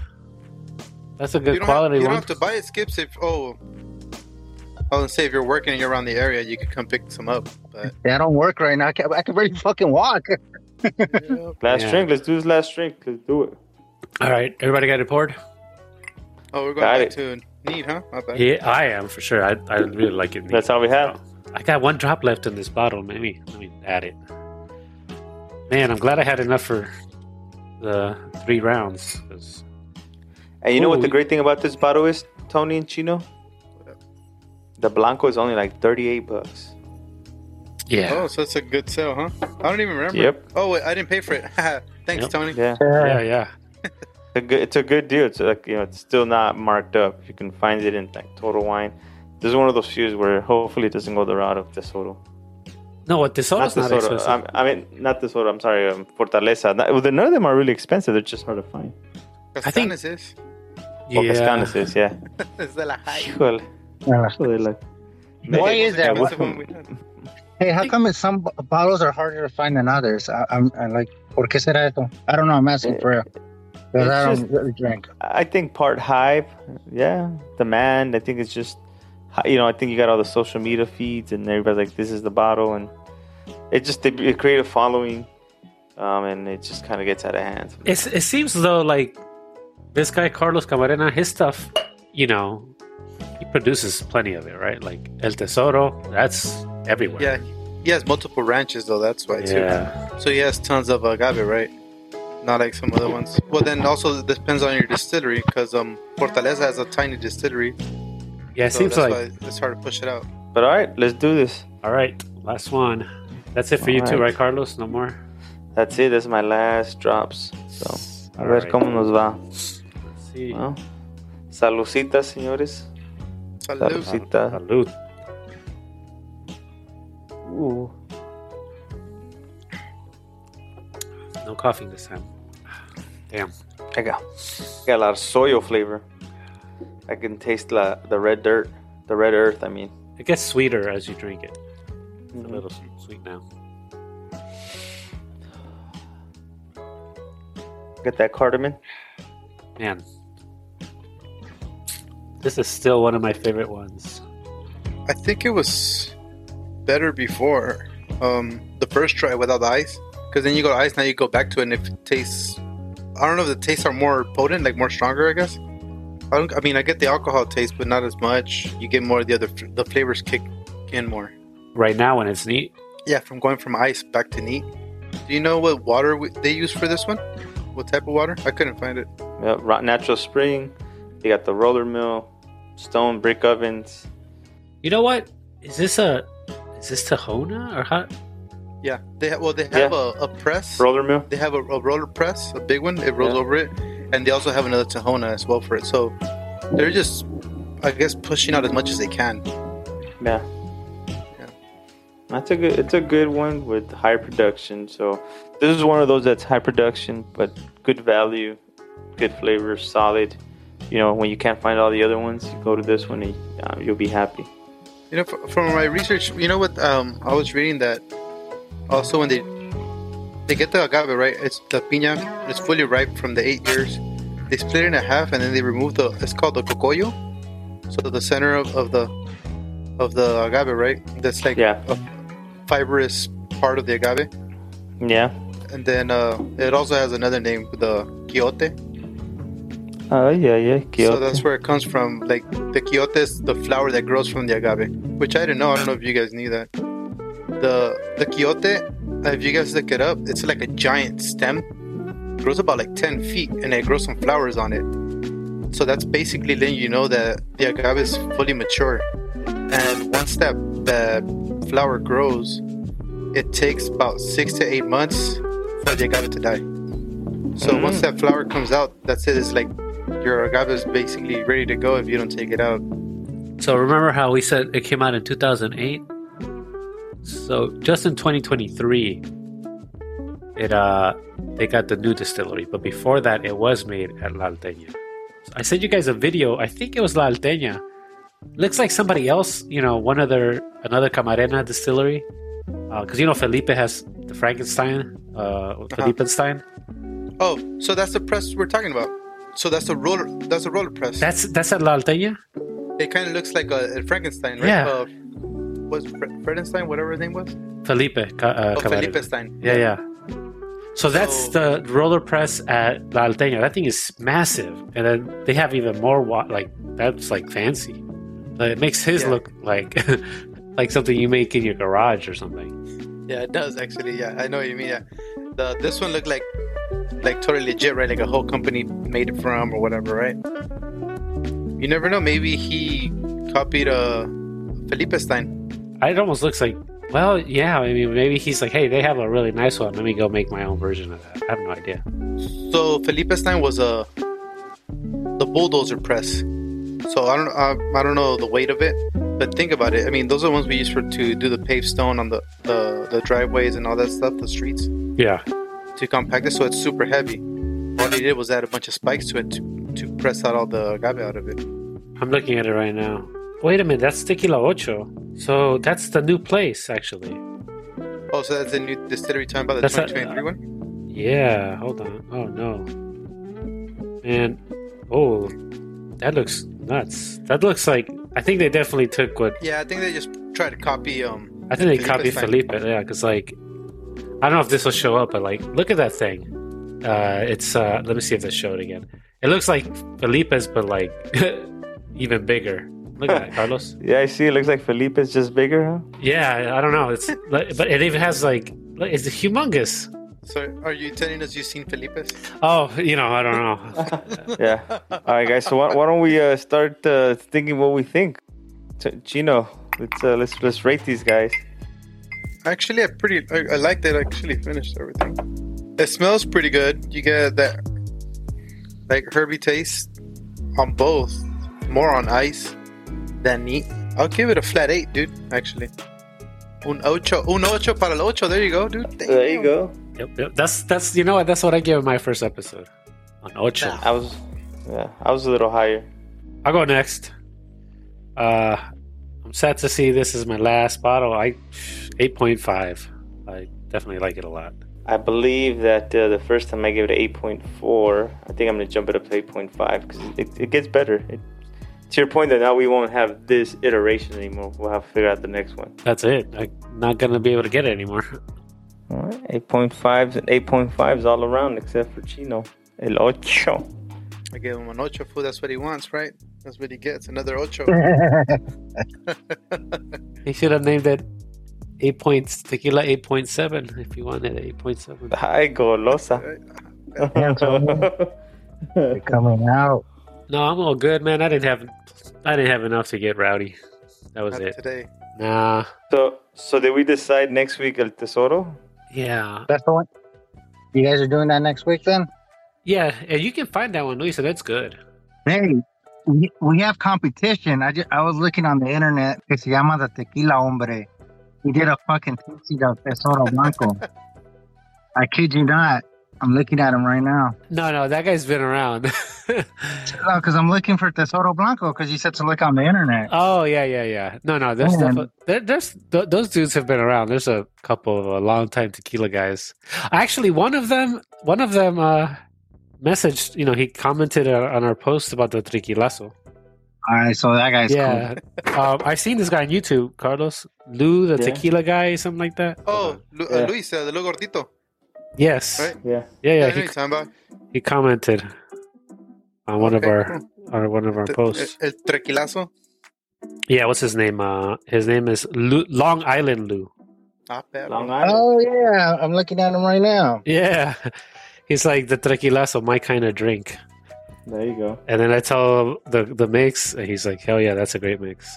[SPEAKER 1] That's a
[SPEAKER 3] You
[SPEAKER 1] good
[SPEAKER 3] don't, have,
[SPEAKER 1] quality
[SPEAKER 3] you don't
[SPEAKER 1] one.
[SPEAKER 3] have to buy it, Skips, if, oh, I was gonna say, if you're working and you're around the area, you could come pick some up. But
[SPEAKER 4] yeah, I don't work right now. I can, I can barely fucking walk.
[SPEAKER 3] oh,
[SPEAKER 2] Last
[SPEAKER 1] Yeah.
[SPEAKER 2] drink. Let's do this last drink. Let's do it.
[SPEAKER 1] All right, everybody got it poured?
[SPEAKER 3] Oh, we're going
[SPEAKER 2] Got
[SPEAKER 3] back
[SPEAKER 2] it.
[SPEAKER 3] to need, huh? My bad.
[SPEAKER 1] Yeah, I am for sure. I, I really like it.
[SPEAKER 2] That's all we have.
[SPEAKER 1] I got one drop left in this bottle. Maybe let me add it. Man, I'm glad I had enough for the three rounds. 'cause
[SPEAKER 2] And you know what the
[SPEAKER 1] Ooh.
[SPEAKER 2] great thing about this bottle is, Tony and Chino? The Blanco is only like 38 bucks.
[SPEAKER 1] Yeah,
[SPEAKER 3] Oh, so it's a good sale, huh? I don't even remember.
[SPEAKER 2] Yep.
[SPEAKER 3] Oh, wait, I didn't pay for it. Thanks,
[SPEAKER 1] Yep.
[SPEAKER 3] Tony.
[SPEAKER 2] Yeah.
[SPEAKER 4] Uh,
[SPEAKER 1] yeah, yeah.
[SPEAKER 2] It's a good, it's a good deal. It's like, you know, it's still not marked up. You can find it in like Total Wine. This is one of those fews where hopefully it doesn't go the route of Tesoro.
[SPEAKER 1] No, what Tesoro's not,
[SPEAKER 2] Tesoro.
[SPEAKER 1] expensive.
[SPEAKER 2] I'm- I mean, not Tesoro. I'm sorry, um, Fortaleza. Not- well, none of them are really expensive. They're just hard to find.
[SPEAKER 1] I think-
[SPEAKER 3] Castanes is.
[SPEAKER 2] Well,
[SPEAKER 1] yeah,
[SPEAKER 2] Cascanes is, yeah.
[SPEAKER 3] Is that a high?
[SPEAKER 2] Híjole.
[SPEAKER 4] Uh,
[SPEAKER 2] Híjole, like-
[SPEAKER 4] Why
[SPEAKER 2] Maybe-
[SPEAKER 4] is that?
[SPEAKER 2] Yeah,
[SPEAKER 3] Expensive
[SPEAKER 2] what-
[SPEAKER 3] one we had.
[SPEAKER 4] hey, how come some b- bottles are harder to find than others? I, I'm I like, por qué será esto? I don't know. I'm asking for real. 'Cause I
[SPEAKER 2] It's
[SPEAKER 4] don't really drink.
[SPEAKER 2] I think part hype, yeah, demand. I think it's just, hi- you know, I think you got all the social media feeds and everybody's like, this is the bottle, and it just they it create a following, um, and it just kind of gets out of hand.
[SPEAKER 1] it's, it seems though like this guy Carlos Camarena, his stuff, you know, he produces plenty of it, right? Like El Tesoro, that's everywhere.
[SPEAKER 3] Yeah, he has multiple ranches, though, that's why, too.
[SPEAKER 1] yeah.
[SPEAKER 3] So he has tons of uh, agave, right? Not like some other ones. Well, then also it depends on your distillery, because um, Fortaleza has a tiny distillery.
[SPEAKER 1] Yeah, It
[SPEAKER 3] so
[SPEAKER 1] seems
[SPEAKER 3] that's
[SPEAKER 1] like
[SPEAKER 3] why it's hard to push it out.
[SPEAKER 2] But all right, let's do this.
[SPEAKER 1] all right. Last one. That's it for you
[SPEAKER 2] All
[SPEAKER 1] too,
[SPEAKER 2] right.
[SPEAKER 1] right, Carlos? No more.
[SPEAKER 2] That's it. That's my last drops. So, a
[SPEAKER 1] All
[SPEAKER 2] ver
[SPEAKER 1] right.
[SPEAKER 2] cómo nos va.
[SPEAKER 1] Let's see.
[SPEAKER 2] Well, saludcita, señores.
[SPEAKER 3] Salud.
[SPEAKER 2] Saludcita.
[SPEAKER 1] Salud.
[SPEAKER 2] Ooh.
[SPEAKER 1] No coughing this time. Damn.
[SPEAKER 2] I got, got a lot of soil flavor. I can taste la, the red dirt, the red earth. I mean,
[SPEAKER 1] It gets sweeter as you drink it. It's a little s- sweet now.
[SPEAKER 2] get that cardamom.
[SPEAKER 1] Man. This is still one of my favorite ones.
[SPEAKER 3] I think it was better before um, the first try without the ice, because then you go to ice, now you go back to it, and if it tastes, I don't know if the tastes are more potent, like more stronger, I guess. I don't. I mean, I get the alcohol taste, but not as much. You get more of the other f- the flavors kick in more.
[SPEAKER 1] Right now, when it's neat,
[SPEAKER 3] Yeah, from going from ice back to neat. Do you know what water we, they use for this one? What type of water? I couldn't find it.
[SPEAKER 2] Yeah, Ro- natural spring. They got the roller mill, stone brick ovens.
[SPEAKER 1] You know what? Is this a is this Tahona or how?
[SPEAKER 3] Yeah, they ha- well they have
[SPEAKER 2] Yeah.
[SPEAKER 3] a, a press.
[SPEAKER 2] Roller mill.
[SPEAKER 3] They have a, a roller press, a big one. It rolls
[SPEAKER 2] Yeah.
[SPEAKER 3] over it, and they also have another Tahona as well for it. So they're just, I guess, pushing out as much as they can.
[SPEAKER 2] Yeah.
[SPEAKER 3] Yeah.
[SPEAKER 2] That's a good. It's a good one with high production. So this is one of those that's high production, but good value, good flavor, solid. You know, when you can't find all the other ones, you go to this one and uh, you'll be happy.
[SPEAKER 3] You know, fr- from my research, you know what? Um, I was reading that also when they they get the agave right, it's the piña, it's fully ripe from the eight years. They split it in half and then they remove the. It's called the cocoyo, so the center of, of the of the agave, right? That's like
[SPEAKER 2] Yeah.
[SPEAKER 3] a fibrous part of the agave,
[SPEAKER 2] Yeah.
[SPEAKER 3] and then uh, it also has another name, the quiote.
[SPEAKER 2] Oh yeah, yeah. Kyoto.
[SPEAKER 3] So that's where it comes from. Like the quiote is the flower that grows from the agave, which I didn't know. I don't know if you guys knew that. The the quiote, if you guys look it up, it's like a giant stem. It grows about like ten feet, and it grows some flowers on it. So that's basically letting you know that the agave is fully mature. And once that that flower grows, it takes about six to eight months for the agave to die. So once that flower comes out, that's it. It's like your agave is basically ready to go if you don't take it out.
[SPEAKER 1] So remember how we said it came out in 2008? So just in 2023, it uh they got the new distillery, but before that, it was made at La Alteña. So I sent you guys a video. I think it was La Alteña. Looks like somebody else, you know, one of their another Camarena distillery, because you know Felipe has the Frankenstein, uh, Felipenstein.
[SPEAKER 3] Oh, so that's the press we're talking about. So that's the roller. That's a roller press.
[SPEAKER 1] That's that's at La Alteña.
[SPEAKER 3] it kind of looks like a, a Frankenstein, right?
[SPEAKER 1] Yeah.
[SPEAKER 3] Uh, was Fre- Frankenstein whatever his name was?
[SPEAKER 1] Felipe. Ca- uh,
[SPEAKER 3] oh,
[SPEAKER 1] Camarena.
[SPEAKER 3] Felipe Stein.
[SPEAKER 1] Yeah, yeah. So that's
[SPEAKER 3] So-
[SPEAKER 1] the roller press at La Alteña. That thing is massive, and then they have even more. Wa- like that's like fancy. Like, it makes his
[SPEAKER 3] Yeah.
[SPEAKER 1] look like like something you make in your garage or something.
[SPEAKER 3] Yeah, it does actually. Yeah, I know what you mean. Yeah, the this one looked like like totally legit, right? Like a whole company made it from or whatever, right? You never know. Maybe he copied uh, Felipe Stein.
[SPEAKER 1] It almost looks like. Well, yeah. I mean, maybe he's like, "Hey, they have a really nice one. Let me go make my own version of that." I have no idea.
[SPEAKER 3] So Felipe Stein was a the bulldozer press. So I don't I, I don't know the weight of it, but think about it. I mean, those are the ones we use for to do the paved stone on the the, the driveways and all that stuff, the streets.
[SPEAKER 1] Yeah,
[SPEAKER 3] to compact it, so it's super heavy. All they did was add a bunch of spikes to it to, to press out all the agave out of it.
[SPEAKER 1] I'm looking at it right now. Wait a minute, that's Tequila Ocho. So that's the new place, actually.
[SPEAKER 3] Oh, so that's the new distillery time about the
[SPEAKER 1] That's not-
[SPEAKER 3] 2023 one?
[SPEAKER 1] Yeah, hold on. Oh no. Man, oh, that looks nuts. That looks like I think they definitely took what
[SPEAKER 3] Yeah, I think they just tried to copy. Um,
[SPEAKER 1] I think they
[SPEAKER 3] Felipe's
[SPEAKER 1] copied
[SPEAKER 3] fine.
[SPEAKER 1] Felipe. Yeah, because like I don't know if this will show up, but like look at that thing. Uh, it's uh, let me see if this showed again. It looks like Felipe's, but like even bigger. Look at that, Carlos.
[SPEAKER 2] Yeah, I see. It looks like Felipe's just bigger, huh?
[SPEAKER 1] Yeah, I don't know. It's but but it even has like like, it's humongous.
[SPEAKER 3] so are you telling us you've seen Felipe's?
[SPEAKER 1] Oh, you know, I don't know.
[SPEAKER 2] Yeah. All right, guys. So why, why don't we uh, start uh, thinking what we think? T- Chino, let's uh, let's let's rate these guys.
[SPEAKER 3] Actually, I pretty I, I like that. I actually finished everything. It smells pretty good. You get that like herby taste on both, more on ice than neat. I'll give it a flat eight, dude. Actually, un ocho, un ocho para el ocho. There you go, dude. Damn.
[SPEAKER 2] go.
[SPEAKER 1] Yep, yep. That's that's you know what that's what I gave my first episode on Ocho.
[SPEAKER 2] I was, yeah, I was a little higher.
[SPEAKER 1] I'll go next. Uh, I'm sad to see this is my last bottle. I 8.5. I definitely like it a lot.
[SPEAKER 2] I believe that uh, the first time I gave it an eight point four, I think I'm gonna jump it up to eight point five because it, it gets better. It, to your point that now we won't have this iteration anymore. We'll have to figure out the next one.
[SPEAKER 1] That's it. I'm not gonna be able to get it anymore.
[SPEAKER 2] All right, eight point fives and eight point fives all around except for Chino. El ocho.
[SPEAKER 3] I gave him an ocho food. That's what he wants, right? That's what he gets. Another ocho.
[SPEAKER 1] He should have named it eight points tequila 8.7 if you wanted 8.7.
[SPEAKER 2] Ay, golosa.
[SPEAKER 4] They're coming out.
[SPEAKER 1] No, I'm all good, man. I didn't have I didn't have enough to get rowdy. That was
[SPEAKER 3] Not
[SPEAKER 1] it.
[SPEAKER 3] today.
[SPEAKER 1] Nah.
[SPEAKER 2] so, so did we decide next week El Tesoro?
[SPEAKER 1] Yeah.
[SPEAKER 4] That's the one. You guys are doing that next week then?
[SPEAKER 1] Yeah, and you can find that one, Luisa. That's good.
[SPEAKER 4] Hey, we, we have competition. I just, I was looking on the internet. Que se llama the Tequila Hombre. He did a fucking tasting of Tesoro Blanco. I kid you not. I'm looking at him right now.
[SPEAKER 1] No, no, that guy's been around.
[SPEAKER 4] No, because I'm looking for Tesoro Blanco because you said to look on the internet.
[SPEAKER 1] oh yeah, yeah, yeah. No, no, there's
[SPEAKER 4] Man.
[SPEAKER 1] stuff. There, there's th- those dudes have been around. There's a couple of uh, long time tequila guys. Actually, one of them, one of them, uh, messaged. You know, he commented on on our post about the tequilazo.
[SPEAKER 4] All right, so that guy's
[SPEAKER 1] yeah, um, I've seen this guy on YouTube, Carlos Lou, the
[SPEAKER 2] Yeah.
[SPEAKER 1] tequila guy, something like that.
[SPEAKER 3] Oh, Lu-
[SPEAKER 2] Yeah.
[SPEAKER 3] uh, Luis, uh, the little gordito.
[SPEAKER 1] yes,
[SPEAKER 3] Right?
[SPEAKER 2] Yeah.
[SPEAKER 1] yeah,
[SPEAKER 3] Yeah,
[SPEAKER 1] yeah.
[SPEAKER 3] I know
[SPEAKER 1] he,
[SPEAKER 3] you're talking about.
[SPEAKER 1] he commented on one
[SPEAKER 3] Okay,
[SPEAKER 1] of
[SPEAKER 3] uh,
[SPEAKER 1] our on one of our
[SPEAKER 3] The- eh,
[SPEAKER 1] posts.
[SPEAKER 3] El, el trequilazo.
[SPEAKER 1] Yeah, what's his name? Uh, his name is Lou, Long Island Lou.
[SPEAKER 3] Ah, perro.
[SPEAKER 2] Long
[SPEAKER 4] cool.
[SPEAKER 2] Island.
[SPEAKER 4] Oh yeah, I'm looking at him right now.
[SPEAKER 1] Yeah, he's like the tequilazo, my kind of drink.
[SPEAKER 2] There you go.
[SPEAKER 1] And then I tell him the the mix, and he's like, "Hell yeah, that's a great mix."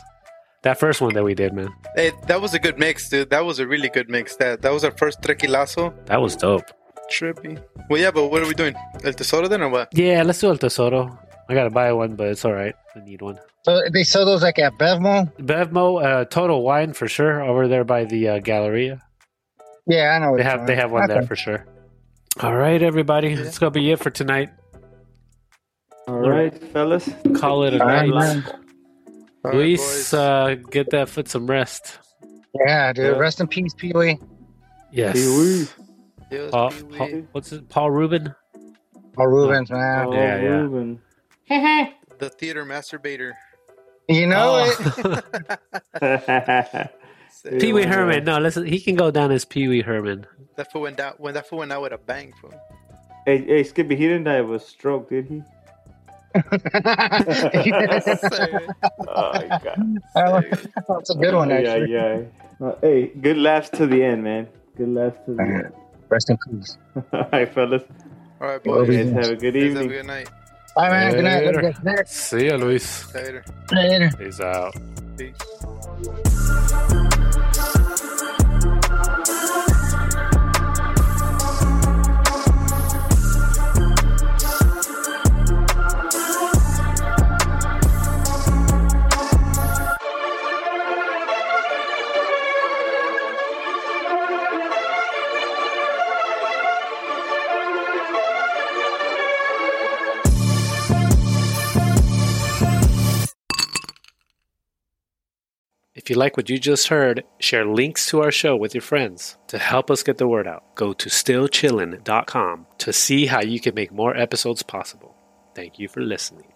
[SPEAKER 1] That first one that we did, man,
[SPEAKER 3] Hey, that was a good mix, dude. That was a really good mix. That that was our first trequilazo.
[SPEAKER 1] that was dope.
[SPEAKER 3] Trippy. Well, yeah, but what are we doing? El Tesoro then or what?
[SPEAKER 1] Yeah, let's do El Tesoro. I gotta buy one, but it's all right. I need one.
[SPEAKER 4] So they sell those like at Bevmo.
[SPEAKER 1] Bevmo, uh, Total Wine for sure, over there by the uh, Galleria.
[SPEAKER 4] Yeah, I know.
[SPEAKER 1] They
[SPEAKER 4] which
[SPEAKER 1] have they have one
[SPEAKER 4] Okay.
[SPEAKER 1] there for sure. All right, everybody,
[SPEAKER 3] Yeah.
[SPEAKER 1] it's gonna be it for tonight.
[SPEAKER 2] All right, fellas.
[SPEAKER 1] Call it a
[SPEAKER 4] All right,
[SPEAKER 1] night.
[SPEAKER 4] man.
[SPEAKER 3] All right,
[SPEAKER 1] Luis,
[SPEAKER 3] boys.
[SPEAKER 1] uh, get that foot some rest.
[SPEAKER 4] Yeah, dude.
[SPEAKER 2] Yeah.
[SPEAKER 4] Rest in peace, Pee Wee.
[SPEAKER 1] Yes.
[SPEAKER 2] Pee-wee.
[SPEAKER 3] Yes,
[SPEAKER 1] Paul,
[SPEAKER 3] Pee Wee.
[SPEAKER 1] Paul, what's it? Paul Rubin.
[SPEAKER 4] Paul Rubens, man.
[SPEAKER 2] Oh,
[SPEAKER 1] Yeah, yeah.
[SPEAKER 2] Ruben.
[SPEAKER 3] the theater masturbator.
[SPEAKER 4] You know it.
[SPEAKER 1] Oh.
[SPEAKER 3] Say,
[SPEAKER 1] Pee Wee
[SPEAKER 2] Yeah.
[SPEAKER 1] Herman. No, listen, he can go down as Pee Wee Herman.
[SPEAKER 3] That fool went out. When that fool went out with a bang, fool.
[SPEAKER 2] hey, hey, Skippy, he didn't die of a stroke, did he?
[SPEAKER 3] Say,
[SPEAKER 2] Oh, my God.
[SPEAKER 3] say.
[SPEAKER 4] That's a good one,
[SPEAKER 2] Ay,
[SPEAKER 4] actually.
[SPEAKER 2] ay, ay. Uh, hey, good laughs to the end, man. Good laughs to the end.
[SPEAKER 4] Rest in peace.
[SPEAKER 2] All right, fellas.
[SPEAKER 3] All right,
[SPEAKER 4] Well,
[SPEAKER 2] You
[SPEAKER 3] boys.
[SPEAKER 4] we-
[SPEAKER 2] guys have a good
[SPEAKER 3] Guys, have a
[SPEAKER 2] evening.
[SPEAKER 3] good night.
[SPEAKER 4] Bye, man. Good night.
[SPEAKER 1] Later.
[SPEAKER 4] Have a good night.
[SPEAKER 1] See ya, Luis.
[SPEAKER 3] Later.
[SPEAKER 4] Later.
[SPEAKER 1] He's out.
[SPEAKER 3] Peace.
[SPEAKER 1] If you like what you just heard, share links to our show with your friends. To help us get the word out, go to stillchillin.com to see how you can make more episodes possible. Thank you for listening.